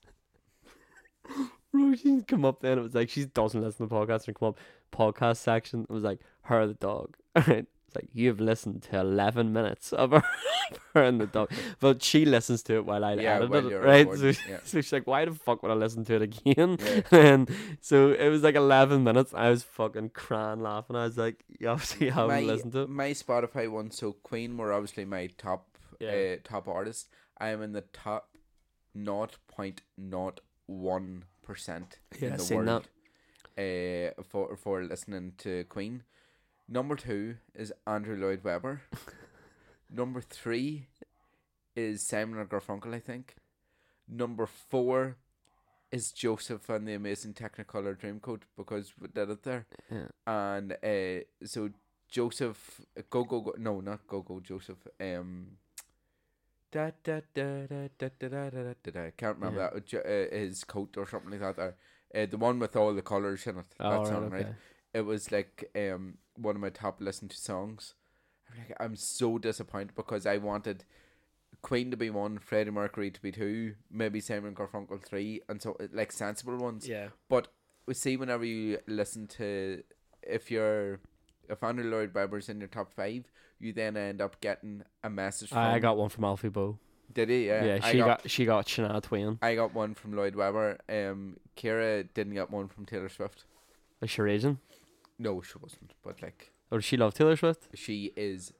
Speaker 1: Roisin's come up then. It was like she doesn't listen to podcasts and come up podcast section. It was like her the dog. (laughs) All right, it's like you've listened to eleven minutes of her, (laughs) her in the dog, but she listens to it while I
Speaker 2: Yeah,
Speaker 1: edit
Speaker 2: while
Speaker 1: it,
Speaker 2: you're
Speaker 1: right? So,
Speaker 2: recording,
Speaker 1: (laughs)
Speaker 2: yeah.
Speaker 1: so she's like, "Why the fuck would I listen to it again?"
Speaker 2: Yeah.
Speaker 1: (laughs) and so it was like eleven minutes. I was fucking crying, laughing. I was like, "You obviously haven't
Speaker 2: my,
Speaker 1: listened to it."
Speaker 2: my Spotify one. So Queen were obviously my top
Speaker 1: Yeah.
Speaker 2: uh, top artist. I am in the top not point not one percent
Speaker 1: Yeah,
Speaker 2: in
Speaker 1: I
Speaker 2: the
Speaker 1: seen
Speaker 2: world. Uh, for for listening to Queen. Number two is Andrew
Speaker 1: (laughs)
Speaker 2: Lloyd Webber. Number three is Simon and Garfunkel, I think. Number four is Joseph and the Amazing Technicolor Dreamcoat because we did it there.
Speaker 1: Yeah.
Speaker 2: And uh, so Joseph, go go go, no, not go go Joseph. Um, da da da da da da da da da. da, da. I can't remember
Speaker 1: Yeah.
Speaker 2: that. Uh, Jo- Uh, his coat or something like that. There, uh, the one with all the colors in it.
Speaker 1: Oh,
Speaker 2: that
Speaker 1: all
Speaker 2: song, right?
Speaker 1: okay.
Speaker 2: it was like um one of my top listened to songs. I'm like, I'm so disappointed because I wanted Queen to be one, Freddie Mercury to be two, maybe Simon Garfunkel three, and so like sensible ones.
Speaker 1: Yeah.
Speaker 2: But we see whenever you listen to if you're if Andrew Lloyd Webber's in your top five, you then end up getting a message. From,
Speaker 1: I got one from Alfie Bo.
Speaker 2: did he? Yeah,
Speaker 1: Yeah,
Speaker 2: I
Speaker 1: she got, she got Shania Twain.
Speaker 2: I got one from Lloyd Webber. Um, Kira didn't get one from Taylor Swift.
Speaker 1: Is she raging?
Speaker 2: No, she wasn't. But like.
Speaker 1: Or does she love Taylor Swift?
Speaker 2: she is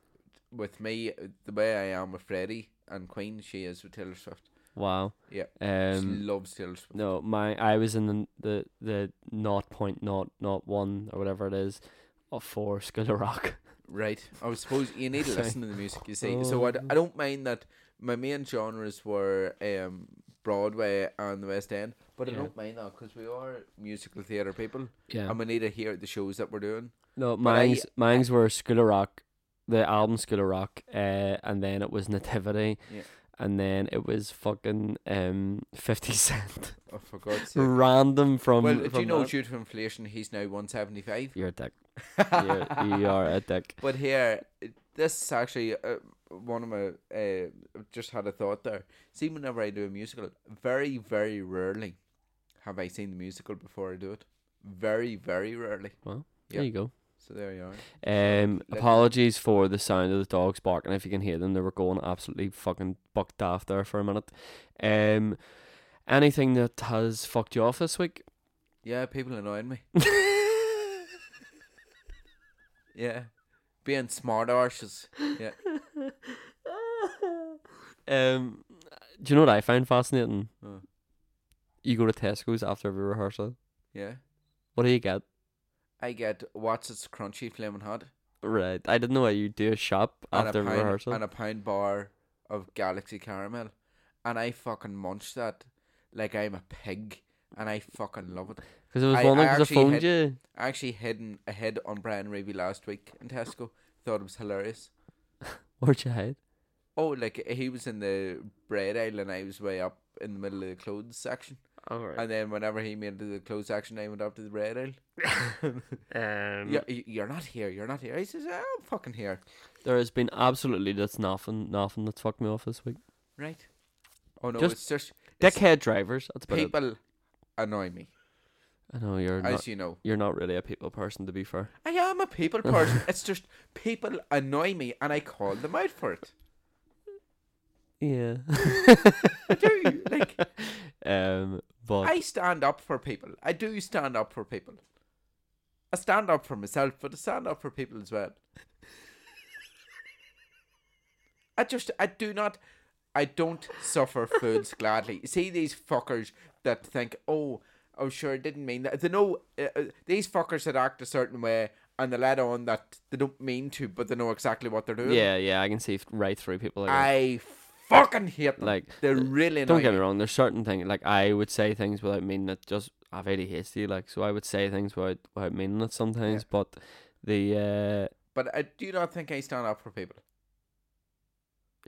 Speaker 2: with me the way I am with Freddie and Queen. She is with Taylor Swift.
Speaker 1: Wow.
Speaker 2: Yeah,
Speaker 1: Um,
Speaker 2: she loves Taylor Swift.
Speaker 1: No, my I was in the the the not point not not one or whatever it is, of for School of Rock.
Speaker 2: Right. I was suppose you need
Speaker 1: (laughs)
Speaker 2: to
Speaker 1: Sorry.
Speaker 2: listen to the music. You see, so I,
Speaker 1: Oh.
Speaker 2: d- I don't mind that my main genres were um Broadway and the West End, but I
Speaker 1: Yeah.
Speaker 2: don't mind that because we are musical theatre people
Speaker 1: Yeah.
Speaker 2: and we need to hear the shows that we're doing.
Speaker 1: no,
Speaker 2: but I-
Speaker 1: mine's mine's were School of Rock, the album School of Rock, uh, and then it was Nativity.
Speaker 2: Yeah.
Speaker 1: And then it was fucking um Fifty Cent,
Speaker 2: Oh, for God's sake.
Speaker 1: (laughs) random from.
Speaker 2: well, do
Speaker 1: from
Speaker 2: you know,
Speaker 1: that.
Speaker 2: due to inflation, he's now one seventy five.
Speaker 1: You're a dick. You're, you are a dick.
Speaker 2: But here, this is actually uh, one of my. Uh, I've just had a thought there. See, whenever I do a musical, very, very rarely have I seen the musical before I do it. Very, very rarely.
Speaker 1: There
Speaker 2: Yeah.
Speaker 1: you go.
Speaker 2: So there you are.
Speaker 1: Um,
Speaker 2: let-
Speaker 1: apologies for the sound of the dogs barking. If you can hear them, they were going absolutely fucking bucked off there for a minute. Um, anything that has fucked you off this week? (laughs)
Speaker 2: Yeah, people annoying me.
Speaker 1: oh,
Speaker 2: Yeah. Being smart arses. Yeah.
Speaker 1: um, do you know what I find fascinating?
Speaker 2: Oh.
Speaker 1: You go to Tesco's after every rehearsal.
Speaker 2: Yeah.
Speaker 1: What do you get?
Speaker 2: I get what's it's crunchy, flaming hot,
Speaker 1: Right, I didn't know why you do a shop
Speaker 2: and
Speaker 1: after
Speaker 2: a
Speaker 1: every
Speaker 2: pound
Speaker 1: rehearsal.
Speaker 2: and a pound bar of Galaxy caramel, and I fucking munch that like I'm a pig, and I fucking love it.
Speaker 1: Because it was
Speaker 2: I-
Speaker 1: one
Speaker 2: I
Speaker 1: because I,
Speaker 2: actually
Speaker 1: phoned
Speaker 2: had-
Speaker 1: you.
Speaker 2: I actually hidden a head on Brian Reeby last week in Tesco. Thought it was hilarious.
Speaker 1: Where'd you hide?
Speaker 2: Oh, like he was in the bread aisle and I was way up in the middle of the clothes section.
Speaker 1: Alright.
Speaker 2: And then whenever he made it to the clothes section, I went up to the bread aisle. (laughs)
Speaker 1: Um,
Speaker 2: Yeah, y- you're not here. You're not here. He says, "I'm fucking here."
Speaker 1: There has been absolutely that's nothing, nothing that's fucked me off this week.
Speaker 2: Right. Oh no,
Speaker 1: Just
Speaker 2: it's just It's-
Speaker 1: Dickhead drivers. That's about it.
Speaker 2: people annoy me,
Speaker 1: I know you're not.
Speaker 2: as you know.
Speaker 1: You're not really a people person, to be fair.
Speaker 2: I am a people person. it's just people annoy me, and I call them out for it.
Speaker 1: (laughs) Yeah.
Speaker 2: I do. like
Speaker 1: (laughs) um. But
Speaker 2: I stand up for people. I do stand up for people. I stand up for myself, but I stand up for people as well. I just, I do not, I don't suffer fools gladly. You See these fuckers that think, oh, oh, sure, I didn't mean that. They know uh, uh, these fuckers that act a certain way and they let on that they don't mean to, but they know exactly what they're doing.
Speaker 1: yeah, yeah, I can see f- right through people. Like, that.
Speaker 2: I fucking hate them.
Speaker 1: like uh,
Speaker 2: They're really
Speaker 1: don't
Speaker 2: annoying.
Speaker 1: get me wrong. There's certain things like I would say things without meaning it. Just I've ADHD, like so I would say things without without meaning it sometimes. But the
Speaker 2: But I do not think I stand up for people.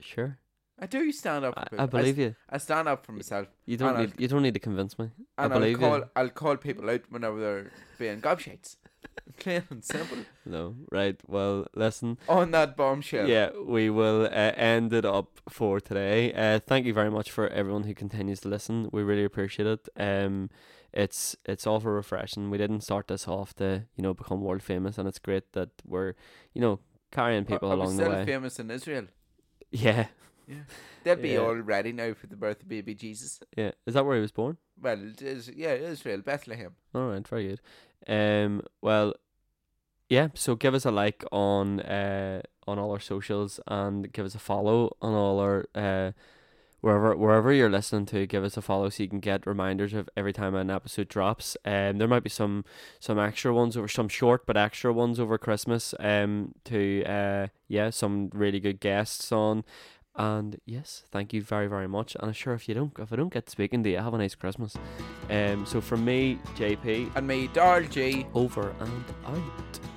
Speaker 1: uh, sure,
Speaker 2: I do stand up for
Speaker 1: I,
Speaker 2: people.
Speaker 1: I believe you.
Speaker 2: I stand up for myself,
Speaker 1: You don't
Speaker 2: and
Speaker 1: need you don't need to convince me. I
Speaker 2: and I'll
Speaker 1: believe
Speaker 2: call
Speaker 1: you.
Speaker 2: I'll call people out whenever they're being gobshites. (laughs) Plain and simple.
Speaker 1: No, right. Well, listen.
Speaker 2: On that bombshell.
Speaker 1: Yeah, we will uh, end it up for today. Uh, thank you very much for everyone who continues to listen. We really appreciate it. Um, it's it's awful refreshing. We didn't start this off to you know become world famous, and it's great that we're you know carrying people
Speaker 2: I, I was
Speaker 1: along the
Speaker 2: still
Speaker 1: way.
Speaker 2: famous in Israel.
Speaker 1: (laughs) yeah,
Speaker 2: They'd be
Speaker 1: Yeah.
Speaker 2: all ready now for the birth of baby Jesus.
Speaker 1: yeah. Is that where he was born?
Speaker 2: Well, it is, yeah, Israel, Bethlehem.
Speaker 1: All right, very good. Um, well, yeah. So give us a like on uh on all our socials and give us a follow on all our uh wherever wherever you're listening to. Give us a follow so you can get reminders of every time an episode drops. Um, there might be some some extra ones over some short but extra ones over Christmas. Um, to uh yeah, some really good guests on. And yes, thank you very, very much. And I'm sure if you don't, if I don't get speaking to you, have a nice Christmas. Um, so from me, JP,
Speaker 2: And me, Darl G.
Speaker 1: over and out.